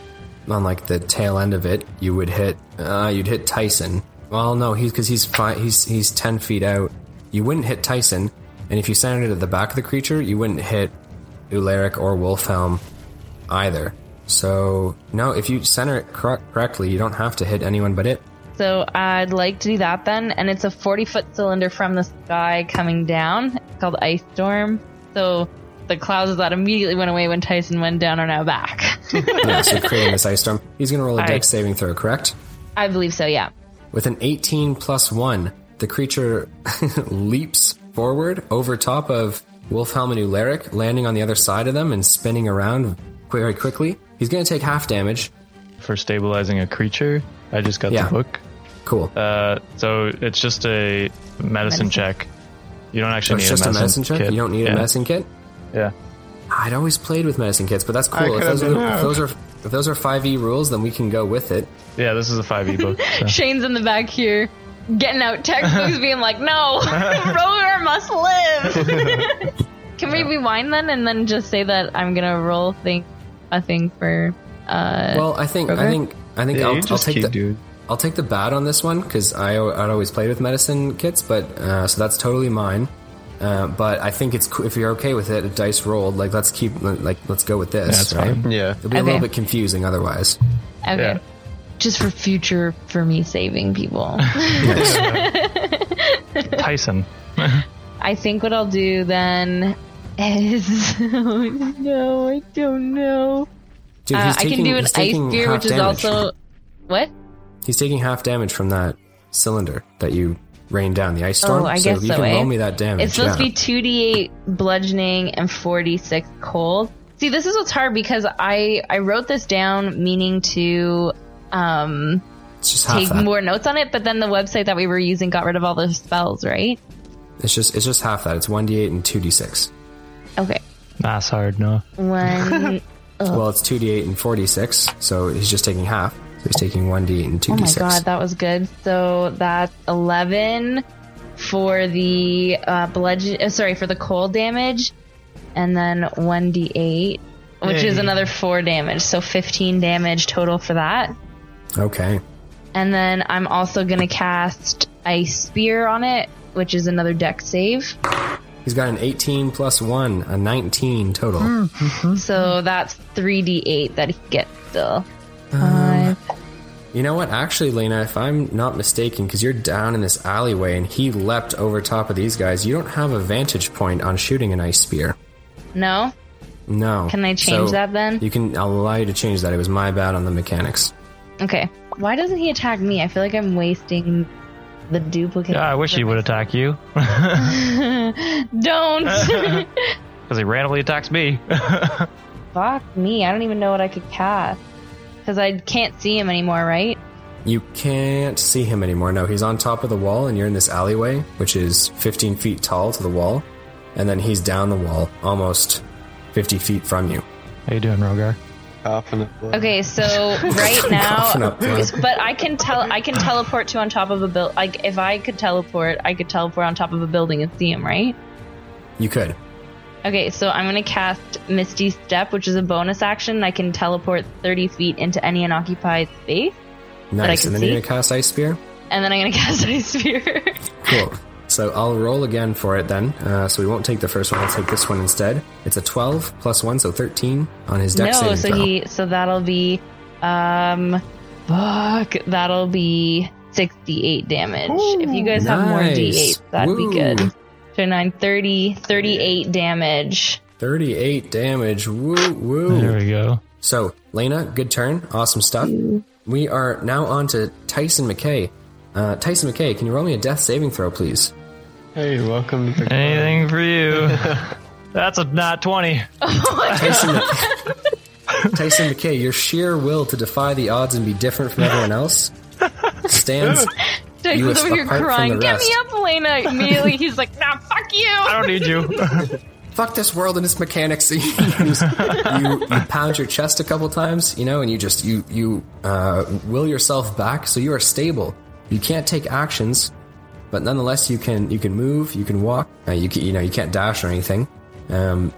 S2: on like the tail end of it, you would hit uh, you'd hit Tyson. Well, no, he's because he's fi- he's he's ten feet out. You wouldn't hit Tyson, and if you centered it at the back of the creature, you wouldn't hit Ularic or Wolfhelm either. So no, if you center it cor- correctly, you don't have to hit anyone but it.
S3: So I'd like to do that then, and it's a 40 foot cylinder from the sky coming down. It's called Ice Storm. So the clouds that immediately went away when Tyson went down are now back.
S2: Yeah, so you're creating this ice storm. He's gonna roll a dex saving throw, correct?
S3: I believe so, yeah.
S2: With an 18 plus 1, the creature leaps forward over top of Wolfhelm and Ularic, landing on the other side of them and spinning around very quickly. He's going to take half damage.
S4: For stabilizing a creature, I just got
S2: Yeah.
S4: the book.
S2: Cool.
S4: Uh, so it's just a medicine, check. You don't actually
S2: it's
S4: need
S2: just
S4: a
S2: a
S4: medicine,
S2: medicine check?
S4: kit.
S2: You don't need
S4: yeah.
S2: a medicine kit?
S4: Yeah.
S2: I'd always played with medicine kits, but that's cool. If
S1: could've
S2: those, are
S1: been
S2: the,
S1: half.
S2: if those are If those are 5e rules, then we can go with it.
S4: Yeah, this is a 5e book. so.
S3: Shane's in the back here getting out textbooks, being like, no, roller must live. Can we rewind then and then just say that I'm going to roll thing, a thing for. Uh,
S2: Well, I think I
S3: Okay.
S2: think I think
S1: Yeah,
S2: I'll,
S1: you
S2: I'll
S1: just
S2: take
S1: keep
S2: the
S1: doing-
S2: I'll take the bad on this one because I I'd always played with medicine kits, but uh, so that's totally mine. Uh, but I think it's cool if you're okay with it. If dice rolled, like let's keep like let's go with this.
S4: That's
S2: right?
S4: fine.
S1: Yeah.
S2: It'll be a
S3: Okay.
S2: little bit confusing otherwise.
S3: okay.
S4: Yeah.
S3: Just for future, for me saving people.
S4: Tyson.
S3: I think what I'll do then is. oh, no, I don't know.
S2: Dude,
S3: Uh, I can do
S2: he's
S3: an ice
S2: taking
S3: spear,
S2: half
S3: which is
S2: damage.
S3: also. What?
S2: he's taking half damage from that cylinder that you rained down the ice storm.
S3: Oh, I
S2: so
S3: guess
S2: you
S3: so,
S2: can
S3: eh?
S2: roll me that damage.
S3: It's supposed
S2: yeah.
S3: to be 2d8 bludgeoning and 46 cold. See, this is what's hard because I I wrote this down meaning to um,
S2: it's just half
S3: take
S2: that.
S3: more notes on it, but then the website that we were using got rid of all the spells, right?
S2: It's just it's just half that. It's one d8 and two d6.
S3: Okay.
S4: That's hard, no.
S3: One oh
S2: Well, it's two d8 and four d6. So he's just taking half. So he's taking one d8 and two
S3: oh my
S2: d6.
S3: god, that was good. So that's 11 for the uh, bludgeon. Uh, sorry, for the cold damage, and then 1d8, which is
S4: Yay.
S3: another four damage. So 15 damage total for that.
S2: Okay.
S3: And then I'm also going to cast Ice Spear on it, which is another deck save.
S2: He's got an 18 plus 1, a 19 total.
S3: Hmm. So that's 3d8 that he gets still.
S2: Um,
S3: Five.
S2: You know what? Actually, Lena, if I'm not mistaken, because you're down in this alleyway and he leapt over top of these guys, you don't have a vantage point on shooting an ice spear.
S3: no?
S2: No.
S3: Can I change that then?
S2: You can. I'll allow you to change that. It was my bad on the mechanics.
S3: Okay. Why doesn't he attack me? I feel like I'm wasting the duplicate.
S4: Yeah, I wish he would attack you.
S3: Don't!
S4: Because he randomly attacks me.
S3: Fuck me. I don't even know what I could cast. Because I can't see him anymore, right?
S2: You can't see him anymore. No, he's on top of the wall, and you're in this alleyway, which is 15 feet tall to the wall, and then he's down the wall, almost 50 feet from you.
S4: How you doing, Rogar?
S1: Off and up.
S3: Okay, so right
S2: Coughing
S3: now,
S2: up blood.
S3: but I can tell I can teleport to on top of a build. Like if I could teleport, I could teleport on top of a building and see him, right?
S2: You could.
S3: Okay, so I'm gonna cast Misty Step, which is a bonus action. I can teleport 30 feet into any unoccupied space,
S2: Nice. And
S3: can
S2: then
S3: see?
S2: you're gonna cast ice spear.
S3: and then I'm gonna cast Ice Spear.
S2: Cool. So I'll roll again for it then. Uh, so we won't take the first one. I'll take this one instead. It's a 12 plus 1, so 13 on his deck
S3: no,
S2: saving
S3: so
S2: throw.
S3: he so that'll be, um, fuck, that'll be 68 damage. if you guys have more
S2: nice.
S3: d8, that'd
S2: Woo.
S3: be good. So 9, 30, 38 damage.
S2: 38 damage. Woo,
S4: There
S2: woo.
S4: we go.
S2: So, Lena, good turn. Awesome stuff. We are now on to Tyson McKay. Uh, Tyson McKay, can you roll me a death saving throw, please?
S1: Hey, welcome to the
S4: Anything for you. That's a not 20.
S2: Tyson, Mc- Tyson McKay, your sheer will to defy the odds and be different from everyone else stands. You
S3: Jason's
S2: are
S3: over here
S2: apart from
S3: crying.
S2: the
S3: Get
S2: rest."
S3: me up, Elena. Immediately, he's like, nah, fuck
S4: I
S3: you.
S4: don't need you.
S2: fuck this world and its mechanics. you, just- you, you pound your chest a couple times, you know, and you just you you uh, will yourself back, so you are stable. You can't take actions, but nonetheless you can you can move, you can walk. Uh, you can, you know you can't dash or anything. Um,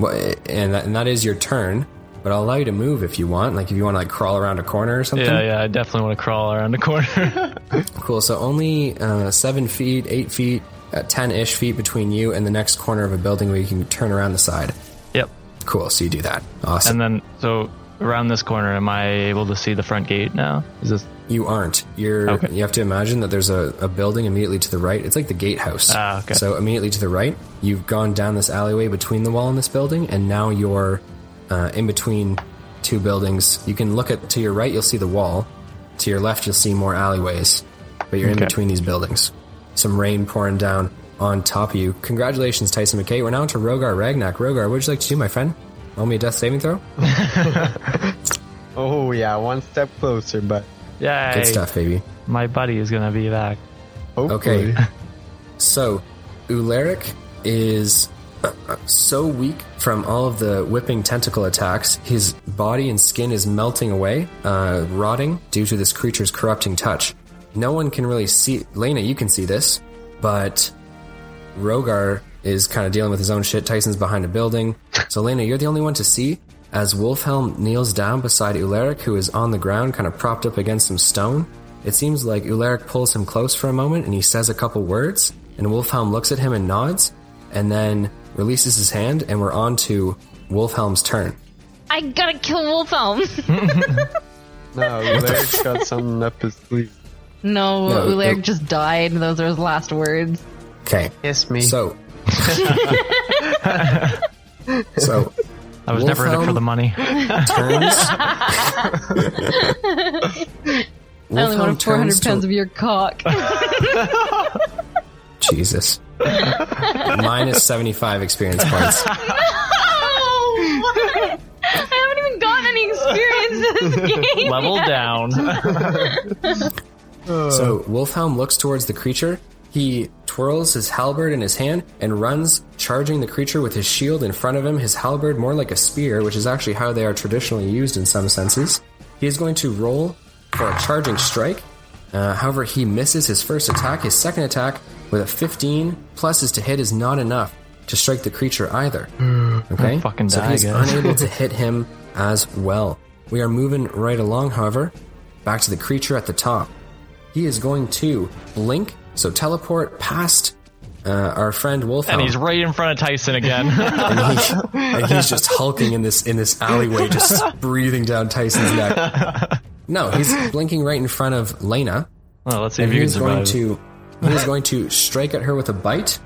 S2: wha- and that, and that is your turn. But I'll allow you to move if you want, like if you want to like crawl around a corner or something.
S4: yeah, yeah, I definitely want to crawl around the corner.
S2: Cool. So only uh, seven feet, eight feet, ten ish feet between you and the next corner of a building where you can turn around the side.
S4: yep.
S2: Cool. So you do that. Awesome.
S4: And then, so around this corner, am I able to see the front gate now? Is this.
S2: You aren't. You're.
S4: Okay.
S2: You have to imagine that there's a, a building immediately to the right. It's like the gatehouse.
S4: Ah, okay.
S2: So immediately to the right, you've gone down this alleyway between the wall and this building, and now you're uh, in between two buildings. You can look at to your right, you'll see the wall. To your left, you'll see more alleyways, but you're in
S4: Okay.
S2: between these buildings. Some rain pouring down on top of you. Congratulations, Tyson McKay. We're now into Rogar Ragnak. Rogar, what'd you like to do, my friend? Roll me a death saving throw.
S1: Oh yeah, one step closer, but
S4: Yay.
S2: Good stuff, baby.
S4: My buddy is going to be back.
S1: hopefully.
S2: Okay. So, Ularic is uh, so weak from all of the whipping tentacle attacks, his body and skin is melting away, uh, rotting due to this creature's corrupting touch. No one can really see. Lena, you can see this, but Rogar is kind of dealing with his own shit. Tyson's behind a building. So, Lena, you're the only one to see as Wolfhelm kneels down beside Ularic, who is on the ground, kind of propped up against some stone. It seems like Ularic pulls him close for a moment and he says a couple words, and Wolfhelm looks at him and nods, and then releases his hand, and we're on to Wolfhelm's turn.
S3: I gotta kill Wolfhelm.
S1: No, Larry's got something up his sleeve.
S3: no,
S2: No,
S3: Ularic
S2: no.
S3: just died. Those are his last words.
S2: Okay.
S1: Kiss me.
S2: So. so
S4: I was never in it for
S2: Wolfhelm?
S4: the money.
S2: turns.
S3: I only
S2: Wolfhelm
S3: wanted 400
S2: turns
S3: pounds
S2: to-
S3: of your cock.
S2: Jesus. Minus 75 experience points.
S3: I haven't even gotten any experience in this game.
S4: Level down.
S2: So Wolfhelm looks towards the creature. He twirls his halberd in his hand and runs, charging the creature with his shield in front of him, his halberd more like a spear, which is actually how they are traditionally used in some senses. He is going to roll for a charging strike. Uh, however, he misses his first attack. His second attack, with a 15 pluses to hit, is not enough to strike the creature either. Okay?
S4: Mm, fucking
S2: so
S4: die,
S2: he's
S4: guys.
S2: unable to hit him as well. We are moving right along, however, back to the creature at the top. He is going to blink, so teleport past uh, our friend Wolfhelm,
S4: And he's right in front of Tyson again.
S2: And he- and he's just hulking in this in this alleyway, just breathing down Tyson's neck. No, he's blinking right in front of Lena,
S4: well, let's see
S2: and
S4: if you can
S2: he's going
S4: survive.
S2: to he is going to strike at her with a bite.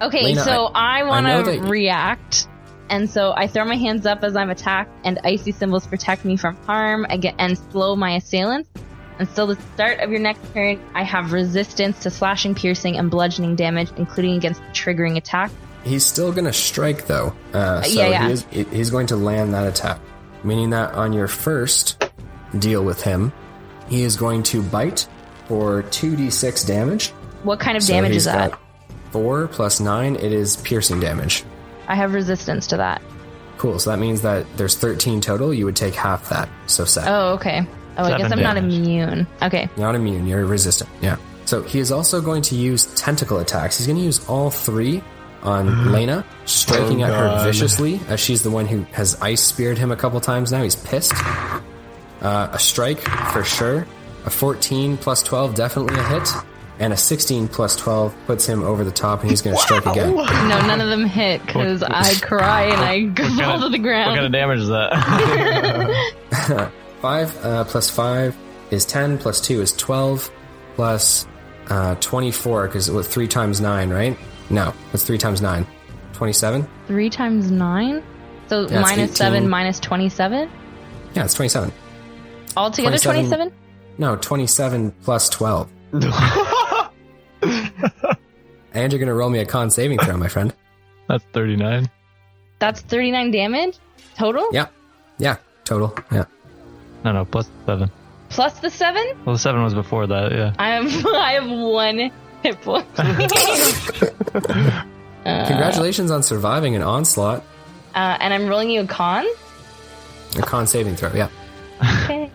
S3: Okay,
S2: Lena,
S3: so I, want
S2: know
S3: to
S2: that you-
S3: react. And so I throw my hands up as I'm attacked, and icy symbols protect me from harm I get- and slow my assailants. Until the start of your next turn, I have resistance to slashing, piercing, and bludgeoning damage, including against triggering attack.
S2: He's still going to strike though, uh, so
S3: yeah, yeah.
S2: He is, he- he's going to land that attack, meaning that on your first deal with him, he is going to bite for two d six damage.
S3: What kind of
S2: So
S3: damage
S2: he's
S3: is that?
S2: got Four plus nine, it is piercing damage.
S3: I have resistance to that.
S2: Cool. So that means that there's 13 total. You would take half that. So set.
S3: Oh, okay. Oh, I
S4: Seven
S3: guess I'm not
S4: damage.
S3: immune. Okay.
S2: You're not immune. You're resistant. Yeah. So he is also going to use tentacle attacks. He's going to use all three on Lena, striking
S1: Oh,
S2: at her
S1: God.
S2: viciously as she's the one who has ice speared him a couple times now. He's pissed. Uh, a strike for sure. A 14 plus 12 definitely a hit. And a 16 plus 12 puts him over the top, and he's going to strike again.
S3: No, none of them hit because I cry and I fall to the
S4: What
S3: ground.
S4: kind of damage is that?
S2: 5 uh, plus 5 is 10 plus 2 is 12 plus uh, 24 because it was 3 times 9 right no it's 3 times 9 27
S3: Three times nine? So
S2: That's
S3: minus
S2: 18.
S3: seven, minus 27?
S2: yeah it's 27
S3: Altogether
S2: 27?
S3: 27?
S2: no 27 plus 12 and you're gonna roll me a con saving throw my friend
S4: That's 39.
S3: That's 39 damage total?
S2: yeah yeah total yeah
S4: No, no, plus 7.
S3: Plus the seven?
S4: Well, the 7 was before that, yeah.
S3: I have, I have one hit point. Uh,
S2: congratulations on surviving an onslaught
S3: uh, and I'm rolling you a con?
S2: a con saving throw yeah
S3: Okay.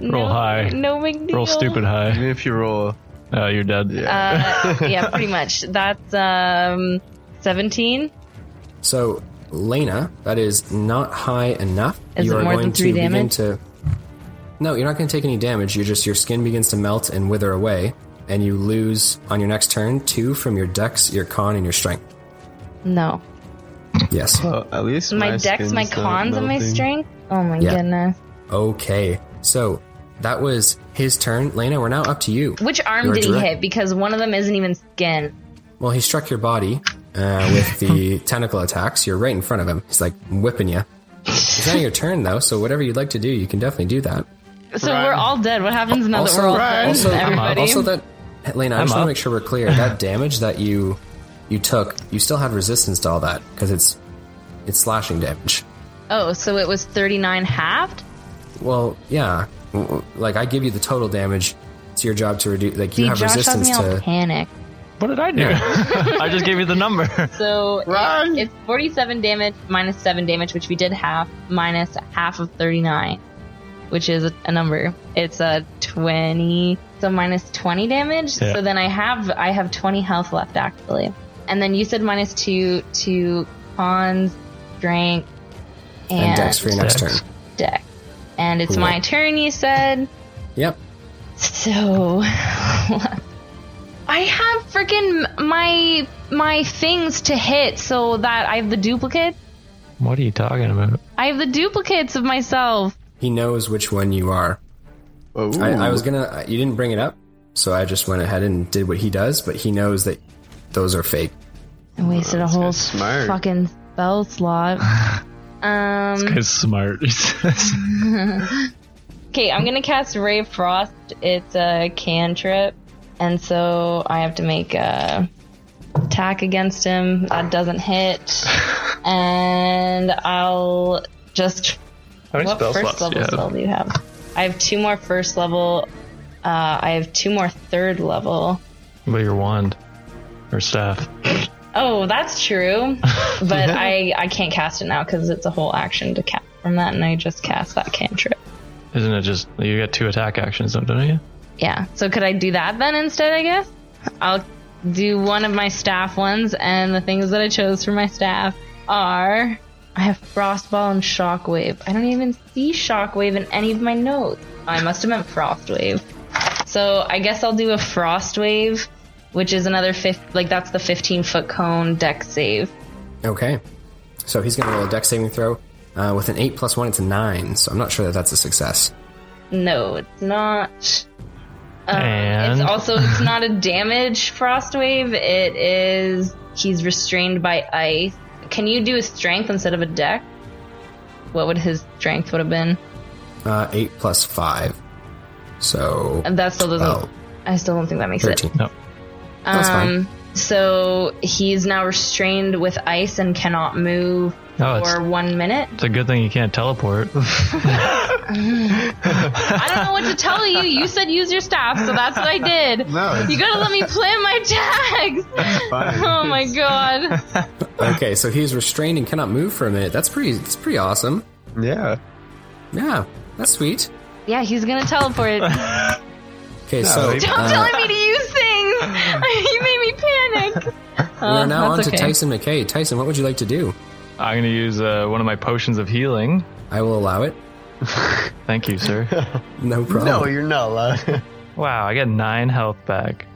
S4: Roll
S3: No-
S4: high.
S3: No big deal.
S4: Roll stupid high.
S1: Even if you roll,
S4: Oh, you're dead. Yeah.
S3: Uh, yeah, pretty much. That's um, 17.
S2: So, Lena, that is not high enough.
S3: Is it more than three
S2: begin
S3: damage?
S2: To... No, you're not going to take any damage. You just your skin begins to melt and wither away, and you lose on your next turn two from your dex, your con, and your strength.
S3: No.
S2: Yes.
S1: oh, at least
S3: My,
S1: my
S3: dex, my
S1: skin's not
S3: cons, and my
S1: melting.
S3: strength? Oh my
S2: Yeah.
S3: goodness.
S2: Okay. So that was his turn. Lena, we're now up to you.
S3: Which arm
S2: You're
S3: did he
S2: direct.
S3: hit? Because one of them isn't even skin.
S2: Well, he struck your body uh, with the tentacle attacks. You're right in front of him. He's like whipping you. It's not your turn though, so whatever you'd like to do, you can definitely do that.
S3: So we're all dead. What happens now that
S2: also,
S3: we're all
S2: Right.
S3: dead?
S2: also,
S3: everybody.
S2: also that Lena, I just want
S4: up.
S2: to make sure we're clear. That damage that you you took, you still had resistance to all that because it's it's slashing damage.
S3: oh, so it was 39 halved?
S2: Well, yeah, W- w- like I give you the total damage. It's your job to reduce. Like you
S3: See,
S2: have
S3: Josh has
S2: resistance
S3: me all
S2: to.
S3: panic.
S4: What did I do? I just gave you the number.
S3: So
S1: Run!
S3: it's 47 damage minus 7 damage, which we did half, minus half of 39, which is a number. It's a 20. So minus 20 damage.
S4: Yeah.
S3: So then I have I have 20 health left actually. And then you said minus 2 to cons, drink, and,
S2: And Dex for your next
S4: Dex.
S2: turn.
S3: deck. And it's
S2: Cool.
S3: my turn, you said.
S2: Yep.
S3: So, I have freaking my my things to hit, so that I have the duplicate.
S4: What are you talking about?
S3: I have the duplicates of myself.
S2: He knows which one you are.
S1: Oh,
S2: I, I was gonna. You didn't bring it up, so I just went ahead and did what he does. But he knows that those are fake.
S3: I wasted a whole
S1: guy's smart.
S3: fucking spell slot. um.
S4: It's smart.
S3: Okay, I'm gonna cast Ray of Frost. It's a cantrip, and so I have to make a attack against him that doesn't hit, and I'll just
S4: How many
S3: What
S4: spell
S3: first
S4: slots do
S3: level
S4: you
S3: spell
S4: have?
S3: do you have? I have two more first level. Uh, I have two more third level.
S4: Well, your wand or staff.
S3: Oh, that's true. But I I can't cast it now because it's a whole action to cast from that, and I just cast that cantrip.
S4: Isn't it just you get two attack actions, don't you?
S3: Yeah. So could I do that then instead? I guess I'll do one of my staff ones, and the things that I chose for my staff are I have frostball and shockwave. I don't even see shockwave in any of my notes. I must have meant frostwave. So I guess I'll do a frostwave, which is another fifth. Like that's the fifteen foot cone deck save.
S2: Okay. So he's gonna roll a deck saving throw. Uh, with an eight plus one, it's a nine. So I'm not sure that that's a success.
S3: No, it's not. Uh,
S4: And?
S3: It's also it's not a damage frost wave. It is he's restrained by ice. Can you do a strength instead of a deck? What would his strength would have been?
S2: Uh, eight plus five. So
S3: And That still doesn't.
S2: Oh.
S3: I still don't think that makes
S2: thirteen.
S4: No.
S2: That's fine.
S3: Um, so he's now restrained with ice and cannot move
S4: Oh, it's-
S3: for one minute.
S4: It's a good thing you can't teleport.
S3: I don't know what to tell you. You said use your staff, so that's what I did.
S1: No, it's
S3: You gotta let me plan my tags.
S1: fine.
S3: Oh my god.
S2: Okay, so he's restrained and cannot move for a minute. That's pretty. That's pretty awesome.
S1: Yeah.
S2: Yeah, that's sweet.
S3: Yeah, he's gonna teleport. Don't
S2: Okay, so
S1: he-
S2: uh,
S3: tell me to use things. you made me panic.
S2: we're now on
S3: Oh, that's
S2: to
S3: okay.
S2: Tyson McKay. Tyson, what would you like to do?
S4: I'm gonna use uh, one of my potions of healing.
S2: I will allow it.
S4: Thank you, sir.
S2: No problem.
S1: No, you're not allowed.
S4: wow, I get nine health back.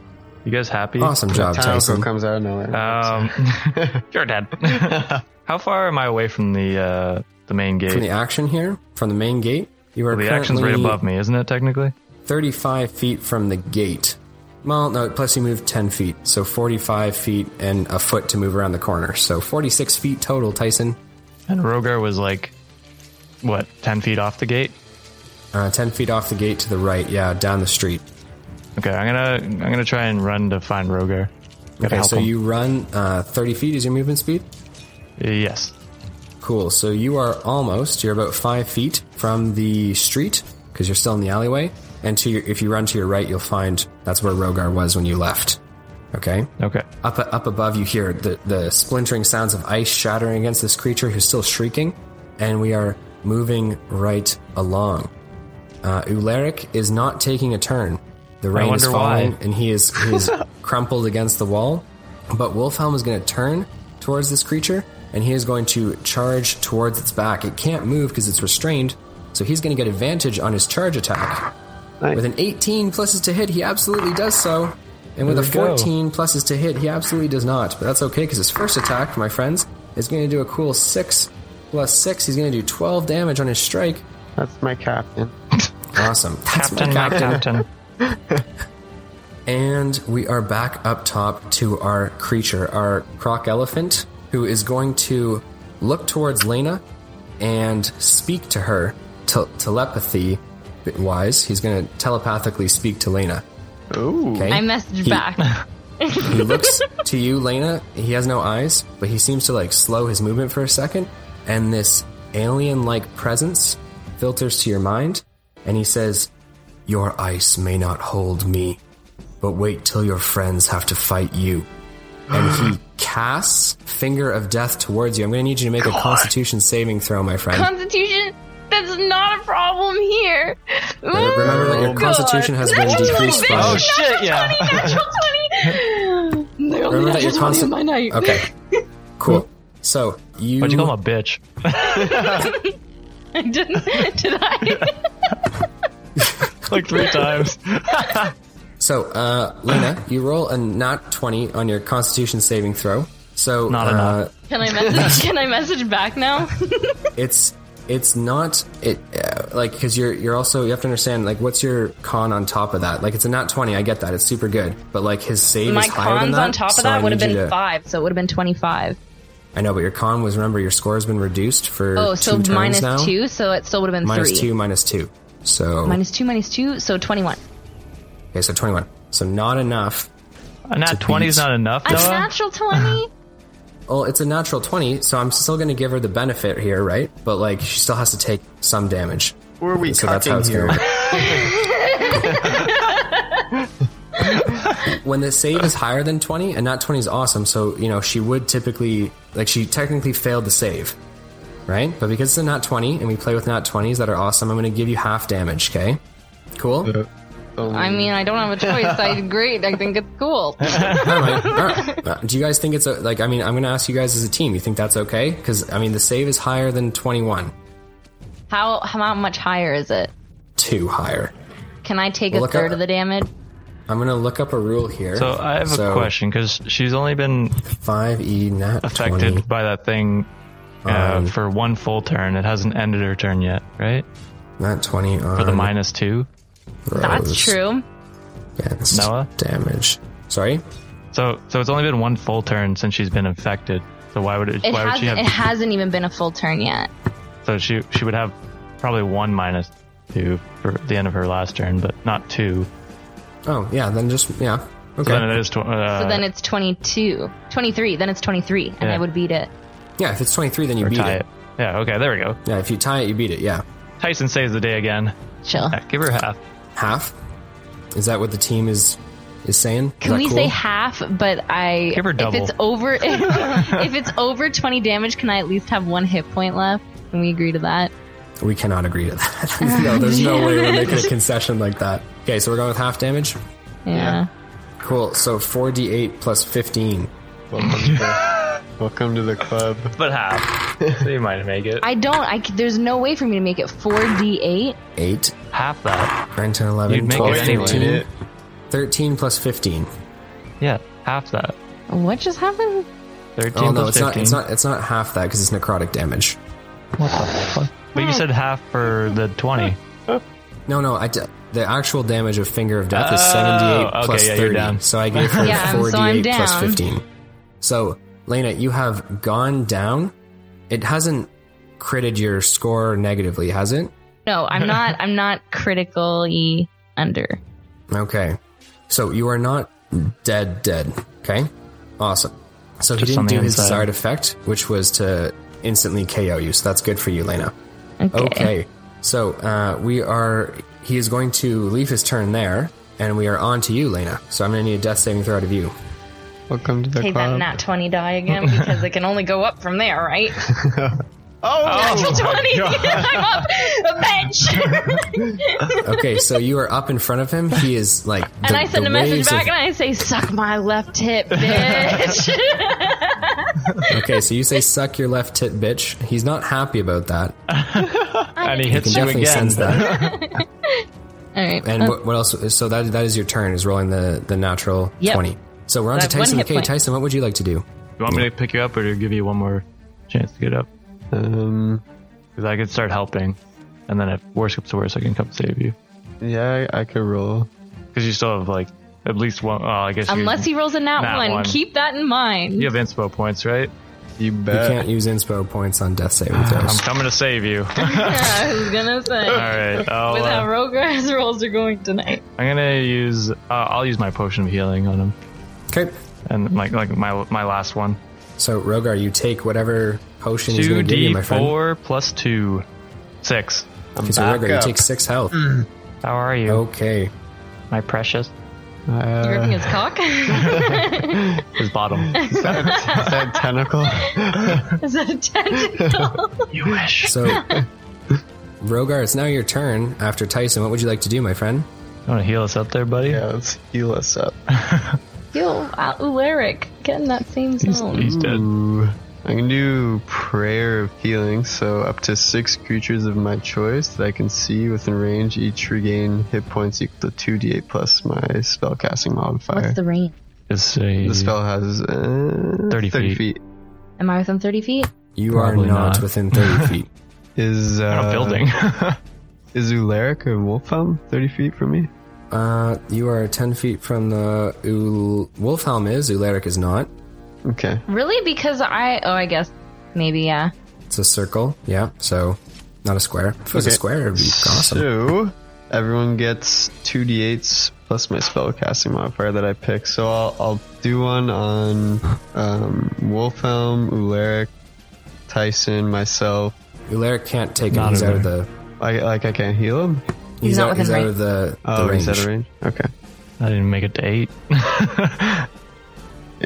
S4: You guys happy?
S2: awesome job, Tyson.
S1: comes out of nowhere.
S2: Uh,
S4: Um, you're dead. How far am I away from the uh, the main gate?
S2: From the action here, from the main gate, you are
S4: the action's
S2: currently
S4: right above me, isn't it? Technically,
S2: 35 feet from the gate. Well, no, plus you moved 10 feet, so 45 feet and a foot to move around the corner. So 46 feet total, Tyson.
S4: and Rogar was like, what, ten feet off the gate?
S2: Uh, 10 feet off the gate to the right, yeah, down the street.
S4: Okay, I'm gonna I'm gonna try and run to find Rogar. Gotta
S2: Okay,
S4: help
S2: so
S4: him.
S2: you run uh, 30 feet is your movement speed?
S4: yes,
S2: Cool. So you are almost, you're about five feet from the street because you're still in the alleyway. And to your, if you run to your right, you'll find that's where Rogar was when you left. Okay.
S4: okay,
S2: Up up above, you hear the the splintering sounds of ice shattering against this creature who's still shrieking, and we are moving right along. Uh, Ularic is not taking a turn. The rain is
S4: wonder why.
S2: falling, and he is he is crumpled against the wall. But Wolfhelm is going to turn towards this creature, and he is going to charge towards its back. It can't move because it's restrained, so he's going to get advantage on his charge attack. With an 18 pluses to hit, he absolutely does so. And with a
S4: we go.
S2: 14 pluses to hit, he absolutely does not. But that's okay because his first attack, my friends, is going to do a cool 6 plus 6. He's going to do 12 damage on his strike.
S1: That's my captain.
S2: Awesome. That's my
S4: Captain, my
S2: captain.
S4: captain.
S2: And we are back up top to our creature, our croc elephant, who is going to look towards Lena and speak to her te- telepathy wise. He's going to telepathically speak to Lena.
S1: Ooh.
S2: Okay?
S3: I messaged
S2: He-
S3: back.
S2: He looks to you, Lena. He has no eyes, but he seems to like slow his movement for a second, and this alien-like presence filters to your mind, and he says, "Your ice may not hold me, but wait till your friends have to fight you. And he casts Finger of Death towards you. I'm going to need you to make a Constitution saving throw, my friend.
S3: Constitution, that's not a problem here.
S2: Remember- Uh, Remember that
S1: Oh
S2: your
S1: my
S2: Constitution has been decreased
S3: Natural
S2: by.
S4: Oh shit! Yeah.
S3: Natural 20! The only
S2: Remember that your
S3: natural 20
S2: consti-
S3: of my night.
S2: Okay, cool. So you.
S4: Why'd you call him a bitch?
S3: I didn't, did I?
S4: like three times.
S2: So, uh, Lena, you roll a not 20 on your Constitution saving throw. So,
S4: Not
S2: uh,
S4: enough.
S3: Can I message? Can I message back now?
S2: it's it's not it uh, like because you're you're also you have to understand like what's your con on top of that like it's a not 20 i get that it's super good but like his save
S3: My
S2: is higher than
S3: cons
S2: that
S3: on top of
S2: so I
S3: that would have
S2: need you
S3: been
S2: to-
S3: five, so it would have been twenty-five.
S2: i know but your con was remember your score has been reduced for
S3: Oh, so
S2: two turns
S3: minus
S2: now.
S3: two, so it still would have been
S2: Minus
S3: three.
S2: two minus two so
S3: Minus two, minus two, so twenty-one.
S2: okay so 21 so not enough
S4: A nat twenty is
S2: beat.
S4: not enough,
S3: A
S4: though.
S3: natural twenty.
S2: well it's a natural 20 so i'm still gonna give her the benefit here right but like she still has to take some damage
S1: Were we
S2: so that's
S1: cucking
S2: how it's
S1: here?
S2: going to work. when the save is higher than 20, and not 20 is awesome, so, you know, she would typically, like, she technically failed the save, right? But because it's a not 20, and we play with not 20s that are awesome, I'm going to give you half damage, okay? Cool? All
S3: I
S4: Hmm.
S3: mean, I don't have a choice. I agree. I think it's cool.
S2: right, all right. Uh, Do you guys think it's, a, like, I mean, I'm going to ask you guys as a team, you think that's okay? Because, I mean, the save is higher than 21,
S3: How how much higher is it?
S2: two higher.
S3: Can I take a
S2: Look
S4: uh,
S3: third
S2: up-
S3: of the damage?
S2: I'm going to look up a rule here.
S4: So I have a
S2: So, E,
S4: question because she's only been
S2: 5e nat
S4: affected
S2: 20.
S4: by that thing uh,
S2: Um,
S4: for one full turn. It hasn't ended her turn yet, right?
S2: Not 20 on
S4: For the minus two.
S3: That's true.
S2: Against
S4: Noah?
S2: Damage. Sorry?
S4: So so it's only been one full turn since she's been infected. So why would it?
S3: It
S4: why would she
S3: hasn't.
S4: have?
S3: It hasn't even been a full turn yet.
S4: so she she would have probably one minus two for the end of her last turn, but not two.
S2: Oh, yeah, then just, yeah. Okay.
S4: So then it is. Tw- uh,
S3: So then it's 22, 23. Then it's 23, and
S4: Yeah.
S3: I would beat it.
S2: yeah, if it's 23, then you beat
S4: tie
S2: it.
S4: it. Yeah. Okay. There we go.
S2: Yeah, if you tie it, you beat it, yeah.
S4: Tyson saves the day again.
S3: Chill.
S4: Yeah, give her half.
S2: Half? Is that what the team is is saying?
S3: Can we say half? But I
S4: Give her double.
S3: if it's over if it's over 20 damage, can I at least have one hit point left? Can we agree to that?
S2: We cannot agree to that. no, there's no way we're making a concession like that. Okay, so we're going with half damage?
S3: Yeah.
S2: Cool, so 4d8 plus 15.
S1: Welcome to the- welcome to the club.
S4: But half. so you might make it.
S3: I don't. I c- there's no way for me to make it 4d8.
S2: 8,
S4: half that.
S2: 9, 10, 11,
S4: You'd make it
S2: 12,
S4: anyway.
S2: 13,
S1: It-
S2: 13 plus 15.
S4: Yeah. Half that.
S3: What just happened?
S4: Thirteen
S2: Oh, no,
S4: plus
S2: it's not,
S4: fifteen.
S2: it's, not, it's not half that because it's necrotic damage.
S4: What the fuck? But you said half for the twenty.
S2: No, no. I d- the actual damage of Finger of Death is
S4: Oh,
S2: 78
S4: okay,
S2: plus
S4: yeah,
S2: 30.
S4: you're down.
S2: So I gave her
S3: Yeah, so
S2: 48
S3: I'm
S2: plus
S3: down.
S2: 15. So, Lena, you have gone down. It hasn't critted your score negatively, has it?
S3: No, I'm not. I'm not critically under.
S2: Okay. So you are not dead, dead. Okay? Awesome. So he
S4: Just
S2: didn't
S4: on the
S2: do his
S4: inside.
S2: desired effect, which was to instantly KO you. So that's good for you, Lena.
S3: Okay.
S2: Okay. So uh, we are. He is going to leave his turn there, and we are on to you, Lena. So I'm going to need a death saving throw out of you.
S1: Welcome to the
S3: Take that
S1: club.
S3: nat 20 die again because it can only go up from there, right? Natural 20! I'm up! A bench!
S2: Okay, so you are up in front of him. He is like.
S3: and I send a message back
S2: Of,
S3: and I say, suck my left hip, bitch!
S2: okay, so you say "suck your left tit, bitch." He's not happy about that.
S4: And he
S2: He
S4: hits you
S2: definitely
S4: again.
S2: sends that.
S3: Alright.
S2: And what, what else? So that that is your turn. Is rolling the the natural
S3: Yep.
S2: twenty. So we're on
S3: So I
S2: to
S3: have one
S2: Tyson.
S3: hit
S2: Okay,
S3: point.
S2: Tyson, what would you like to do?
S4: You want me to pick you up or to give you one more chance to get up?
S1: Um,
S4: Because I could start helping, and then if worse comes to worse, I can come save you.
S1: yeah, I, I could roll.
S4: Because you still have like at least one. Oh, I guess you-
S3: Unless he rolls a nat,
S4: Nat
S3: one.
S4: one.
S3: keep that in mind.
S4: you have inspo points, right?
S1: You
S2: You
S4: Uh,
S1: bet.
S2: can't use inspo points on death saving
S4: I'm
S2: throws.
S4: coming to save you. All
S3: Yeah, I was gonna say.
S4: right, I'll,
S3: With how
S4: uh,
S3: Rogar's rolls are going tonight.
S4: I'm gonna use. Uh, I'll use my potion of healing on him,
S2: Okay.
S4: and like like my my last one.
S2: So Rogar, you take whatever potion he's
S4: Two
S2: going to give you,
S4: D
S2: my friend.
S4: four plus two, six.
S2: Okay, so
S1: back
S2: Rogar, you
S1: up. Mm.
S2: take six health.
S4: How are you,
S2: Okay.
S4: my precious?
S3: You ripping his
S1: Uh,
S3: cock?
S4: His bottom.
S1: is, that, is that tentacle?
S3: Is that a tentacle?
S4: you wish.
S2: So, Rogar, it's now your turn after Tyson. What would you like to do, my friend?
S4: You want to heal us up there, buddy?
S1: Yeah, let's heal us up.
S3: Yo, uh, Ularic, get in that same
S4: He's,
S3: zone.
S4: he's dead.
S1: Ooh. I can do prayer of healing, so up to six creatures of my choice that I can see within range each regain hit points equal to 2d8 plus my spellcasting modifier.
S3: What's the range?
S4: It's a
S1: The spell has uh,
S4: 30 feet.
S3: Am I within 30 feet?
S2: You
S4: Probably
S2: are not,
S4: not.
S2: within 30 feet.
S1: Is
S4: a
S1: uh,
S4: building.
S1: Is Ularic or Wolfhelm 30 feet from me?
S2: Uh, you are 10 feet from the. Ul- Wolfhelm is, Ularic is not.
S1: Okay.
S3: Really? Because I. Oh, I guess. Maybe, yeah.
S2: It's a circle, yeah, so not a square. If it was a
S1: Okay.
S2: square, it would be awesome.
S1: So everyone gets 2d8s plus my spellcasting modifier that I pick. So I'll, I'll do one on um, Wolfhelm, Ularic, Tyson, myself.
S2: Ularic can't take him.
S4: Not
S2: He's out of
S4: Ularic.
S2: the.
S1: Like, like I can't heal him?
S2: He's,
S3: not
S2: out,
S3: within
S2: he's out
S3: range.
S2: of the, the
S1: Oh,
S2: range.
S1: he's out of range? Okay.
S4: I didn't make it to eight.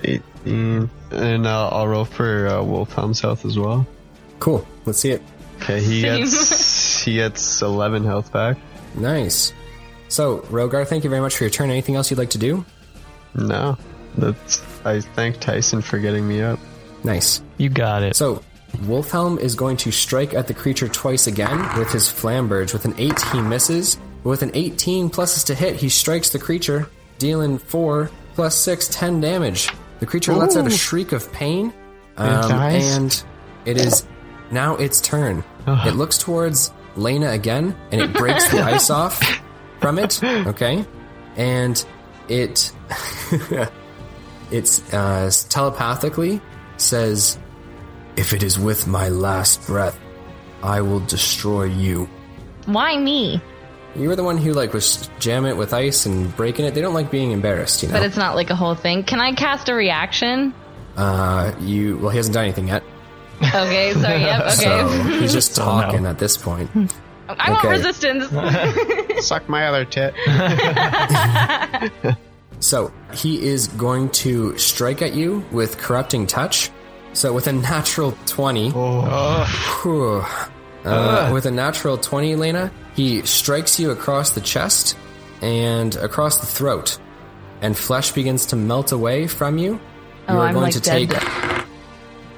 S1: 18. And I'll, I'll roll for uh, Wolfhelm's health as well.
S2: Cool. Let's see it.
S1: Okay, he
S3: Same.
S1: gets he gets 11 health back.
S2: Nice. So, Rogar, thank you very much for your turn. Anything else you'd like to do?
S1: No. That's I thank Tyson for getting me up.
S2: Nice.
S4: You got it.
S2: So, Wolfhelm is going to strike at the creature twice again with his flamberge. With an 8, he misses. With an 18 pluses to hit, he strikes the creature, dealing 4 plus 6, 10 damage. The creature lets out a
S1: Ooh.
S2: shriek of pain.
S1: And
S2: um,
S1: dies.
S2: and it is now its turn. It looks towards Lena again, and it breaks the ice off from it. Okay, and it it's uh, telepathically says, "If it is with my last breath, I will destroy you."
S3: Why me?
S2: You were the one who like was jamming it with ice and breaking it. They don't like being embarrassed, you know.
S3: But it's not like a whole thing. Can I cast a reaction?
S2: uh, you well, he hasn't done anything yet,
S3: Okay, so, yep,
S2: so
S3: okay.
S2: he's just talking at this point.
S3: I want
S2: okay.
S3: resistance.
S1: Suck my other tit.
S2: So he is going to strike at you with corrupting touch. So with a natural twenty,
S1: Oh.
S4: Oh.
S2: Whew. Uh, with a natural 20, Lena, he strikes you across the chest and across the throat, and flesh begins to melt away from you. You
S3: Oh, I'm like dead.
S2: take.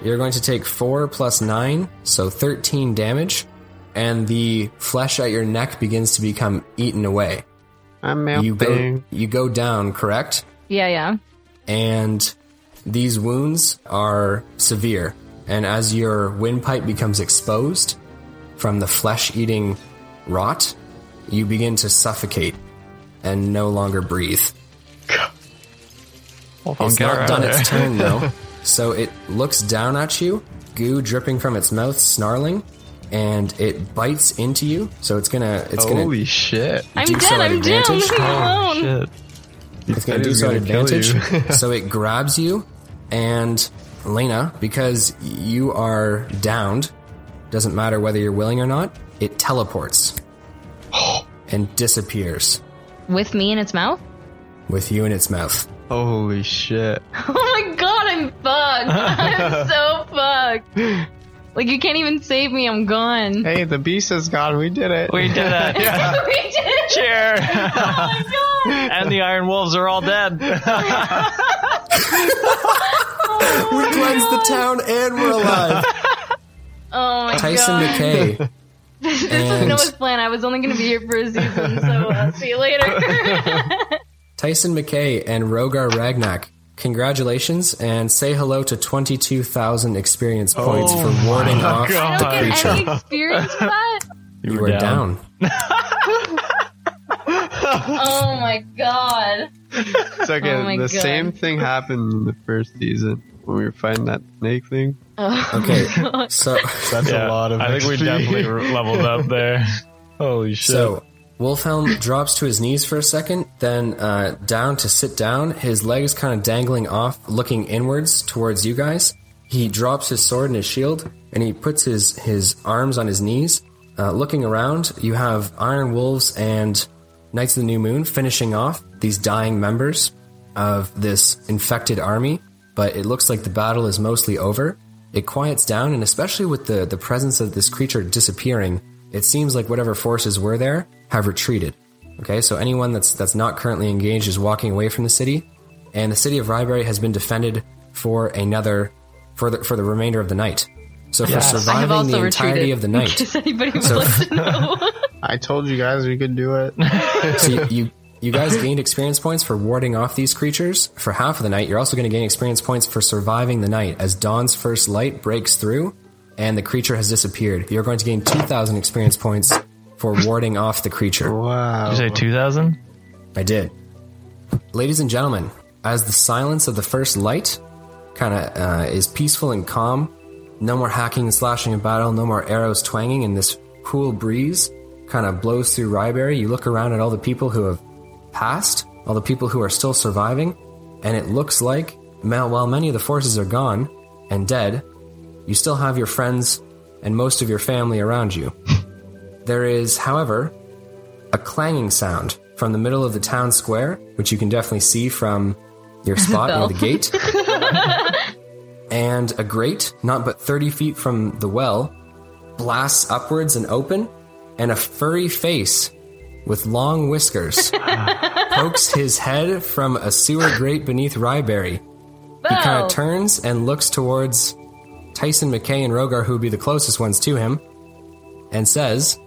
S2: You're going to take four plus nine, so thirteen damage, and the flesh at your neck begins to become eaten away.
S1: I'm
S2: You
S1: melting.
S2: go, you go down, correct?
S3: yeah, yeah.
S2: and these wounds are severe. And as your windpipe becomes exposed from the flesh eating rot, you begin to suffocate and no longer breathe.
S4: Oh,
S2: It's not done its turn though, so it looks down at you, goo dripping from its mouth, snarling, and it bites into you. So it's gonna, it's gonna,
S1: Holy shit.
S3: I'm
S2: do
S3: dead,
S2: so at
S3: I'm down.
S2: advantage? Oh,
S3: Leave me alone.
S4: Shit.
S2: It's going
S1: It
S2: to do
S1: is
S2: so at
S1: gonna kill
S2: advantage.
S1: you.
S2: so it grabs you, and Lena, because you are downed, doesn't matter whether you're willing or not, it teleports and disappears
S3: With me in its mouth?
S2: with you in its mouth.
S1: Holy shit.
S3: Oh my god, I'm fucked. I'm so fucked. Like, you can't even save me. I'm gone.
S1: Hey, the beast is gone. We did it.
S4: We did it.
S3: We did it.
S4: Cheer.
S3: Oh my god.
S4: and the Iron Wolves are all dead.
S2: We cleansed the town and we're alive.
S3: Oh my
S2: Tyson
S3: god.
S2: McKay.
S3: This was
S2: and-
S3: Noah's plan. I was only going to be here for a season, so uh, see you later.
S2: Tyson McKay and Rogar Ragnak. Congratulations and say hello to 22,000 experience points for warding off the
S3: I don't
S4: God.
S2: Oh,
S3: get
S2: creature.
S3: any experience for that.
S2: You were down.
S3: Oh my god.
S1: It's okay.
S3: Oh my
S1: the
S3: God.
S1: same thing happened in the first season when we were fighting that snake thing.
S2: Okay, so
S1: That's a lot of
S4: I think we
S1: XP.
S4: definitely re- leveled up there. Holy shit.
S2: So Wolfhelm drops to his knees for a second, then uh, down to sit down. His legs kind of dangling off, looking inwards towards you guys. He drops his sword and his shield, and he puts his his arms on his knees, uh, looking around. You have iron wolves and Knights of the New Moon finishing off these dying members of this infected army, but it looks like the battle is mostly over. It quiets down, and especially with the, the presence of this creature disappearing, it seems like whatever forces were there have retreated. Okay, so anyone that's that's not currently engaged is walking away from the city, and the city of Ryberry has been defended for another for the for the remainder of the night. So for
S3: I have
S2: surviving
S3: also
S2: the entirety
S3: retreated.
S2: of the night.
S3: In case anybody would
S2: So-
S3: like to know.
S1: I told you guys we could do it.
S2: So you, you you guys gained experience points for warding off these creatures for half of the night. You're also going to gain experience points for surviving the night as dawn's first light breaks through and the creature has disappeared. You're going to gain 2,000 experience points for warding off the creature.
S1: Wow.
S4: you say 2000?
S2: I did. Ladies and gentlemen, as the silence of the first light kind of uh, is peaceful and calm, no more hacking and slashing in battle, no more arrows twanging, and this cool breeze kind of blows through Ryberry. You look around at all the people who have passed, all the people who are still surviving, and it looks like, ma- while many of the forces are gone and dead, you still have your friends and most of your family around you. there is, however, a clanging sound from the middle of the town square, which you can definitely see from your spot near
S3: Bell.
S2: the gate. and a grate, not but 30 feet from the well, blasts upwards and open, and a furry face with long whiskers pokes his head from a sewer grate beneath Ryberry. He kind
S3: Bell.
S2: of turns and looks towards Tyson McKay and Rogar, who would be the closest ones to him, and says,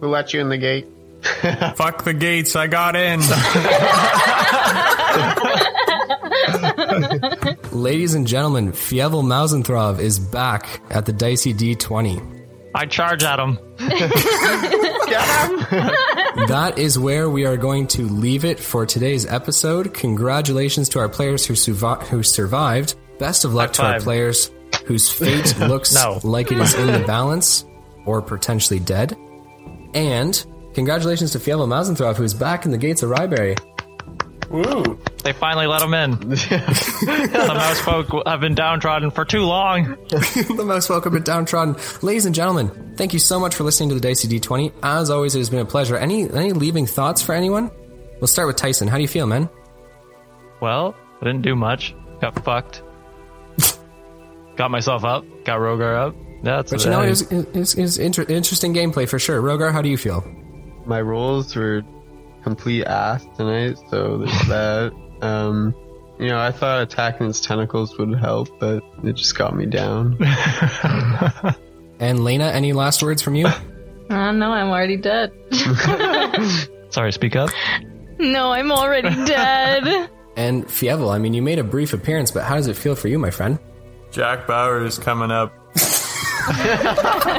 S1: Who let you in the gate?
S5: Fuck the gates, I got in.
S2: Ladies and gentlemen, Fievel Mausenthrov is back at the Dicey D20.
S4: I charge at him.
S2: that is where we are going to leave it for today's episode. Congratulations to our players who, suvi- who survived. Best of luck
S4: High
S2: to our
S4: five.
S2: players whose fate looks
S4: No.
S2: like it is in the balance or potentially dead. And congratulations to Fievel Mausenthrov, who is back in the gates of Ryberry.
S1: Woo.
S4: They finally let him in. the mouse folk have been downtrodden for too long.
S2: the most welcome and downtrodden. Ladies and gentlemen, thank you so much for listening to the Dicey D20. As always, it has been a pleasure. Any any leaving thoughts for anyone? We'll start with Tyson. How do you feel, man?
S4: Well, I didn't do much. Got fucked. got myself up. Got Rogar up. Yeah, That's
S2: But you know, it was, it was, it was inter- interesting gameplay for sure. Rogar, how do you feel?
S1: My rolls were complete ass tonight, so there's that. Um, you know, I thought attacking its tentacles would help, but it just got me down.
S2: And Lena, any last words from you?
S3: Uh, no, I'm already dead.
S4: Sorry, speak up.
S3: No, I'm already dead.
S2: and Fievel, I mean, you made a brief appearance, but how does it feel for you, my friend?
S5: Jack Bauer is coming up.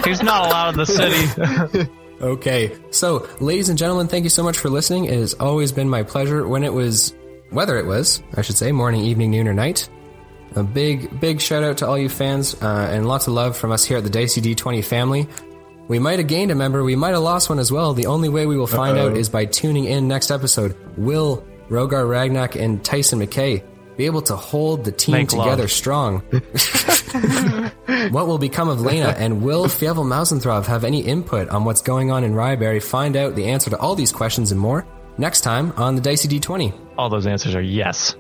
S4: He's not allowed in the city.
S2: Okay. So, ladies and gentlemen, thank you so much for listening. It has always been my pleasure when it was, whether it was, I should say, morning, evening, noon, or night. A big, big shout out to all you fans uh, and lots of love from us here at the Dicey D20 family. We might have gained a member, we might have lost one as well. The only way we will find out is by tuning in next episode. Will Rogar Ragnak and Tyson McKay be able to hold the team
S4: Make love.
S2: together strong? What will become of Lena, and will Fievel Mausenthrov have any input on what's going on in Ryberry? Find out the answer to all these questions and more next time on the Dicey D20.
S4: All those answers are yes.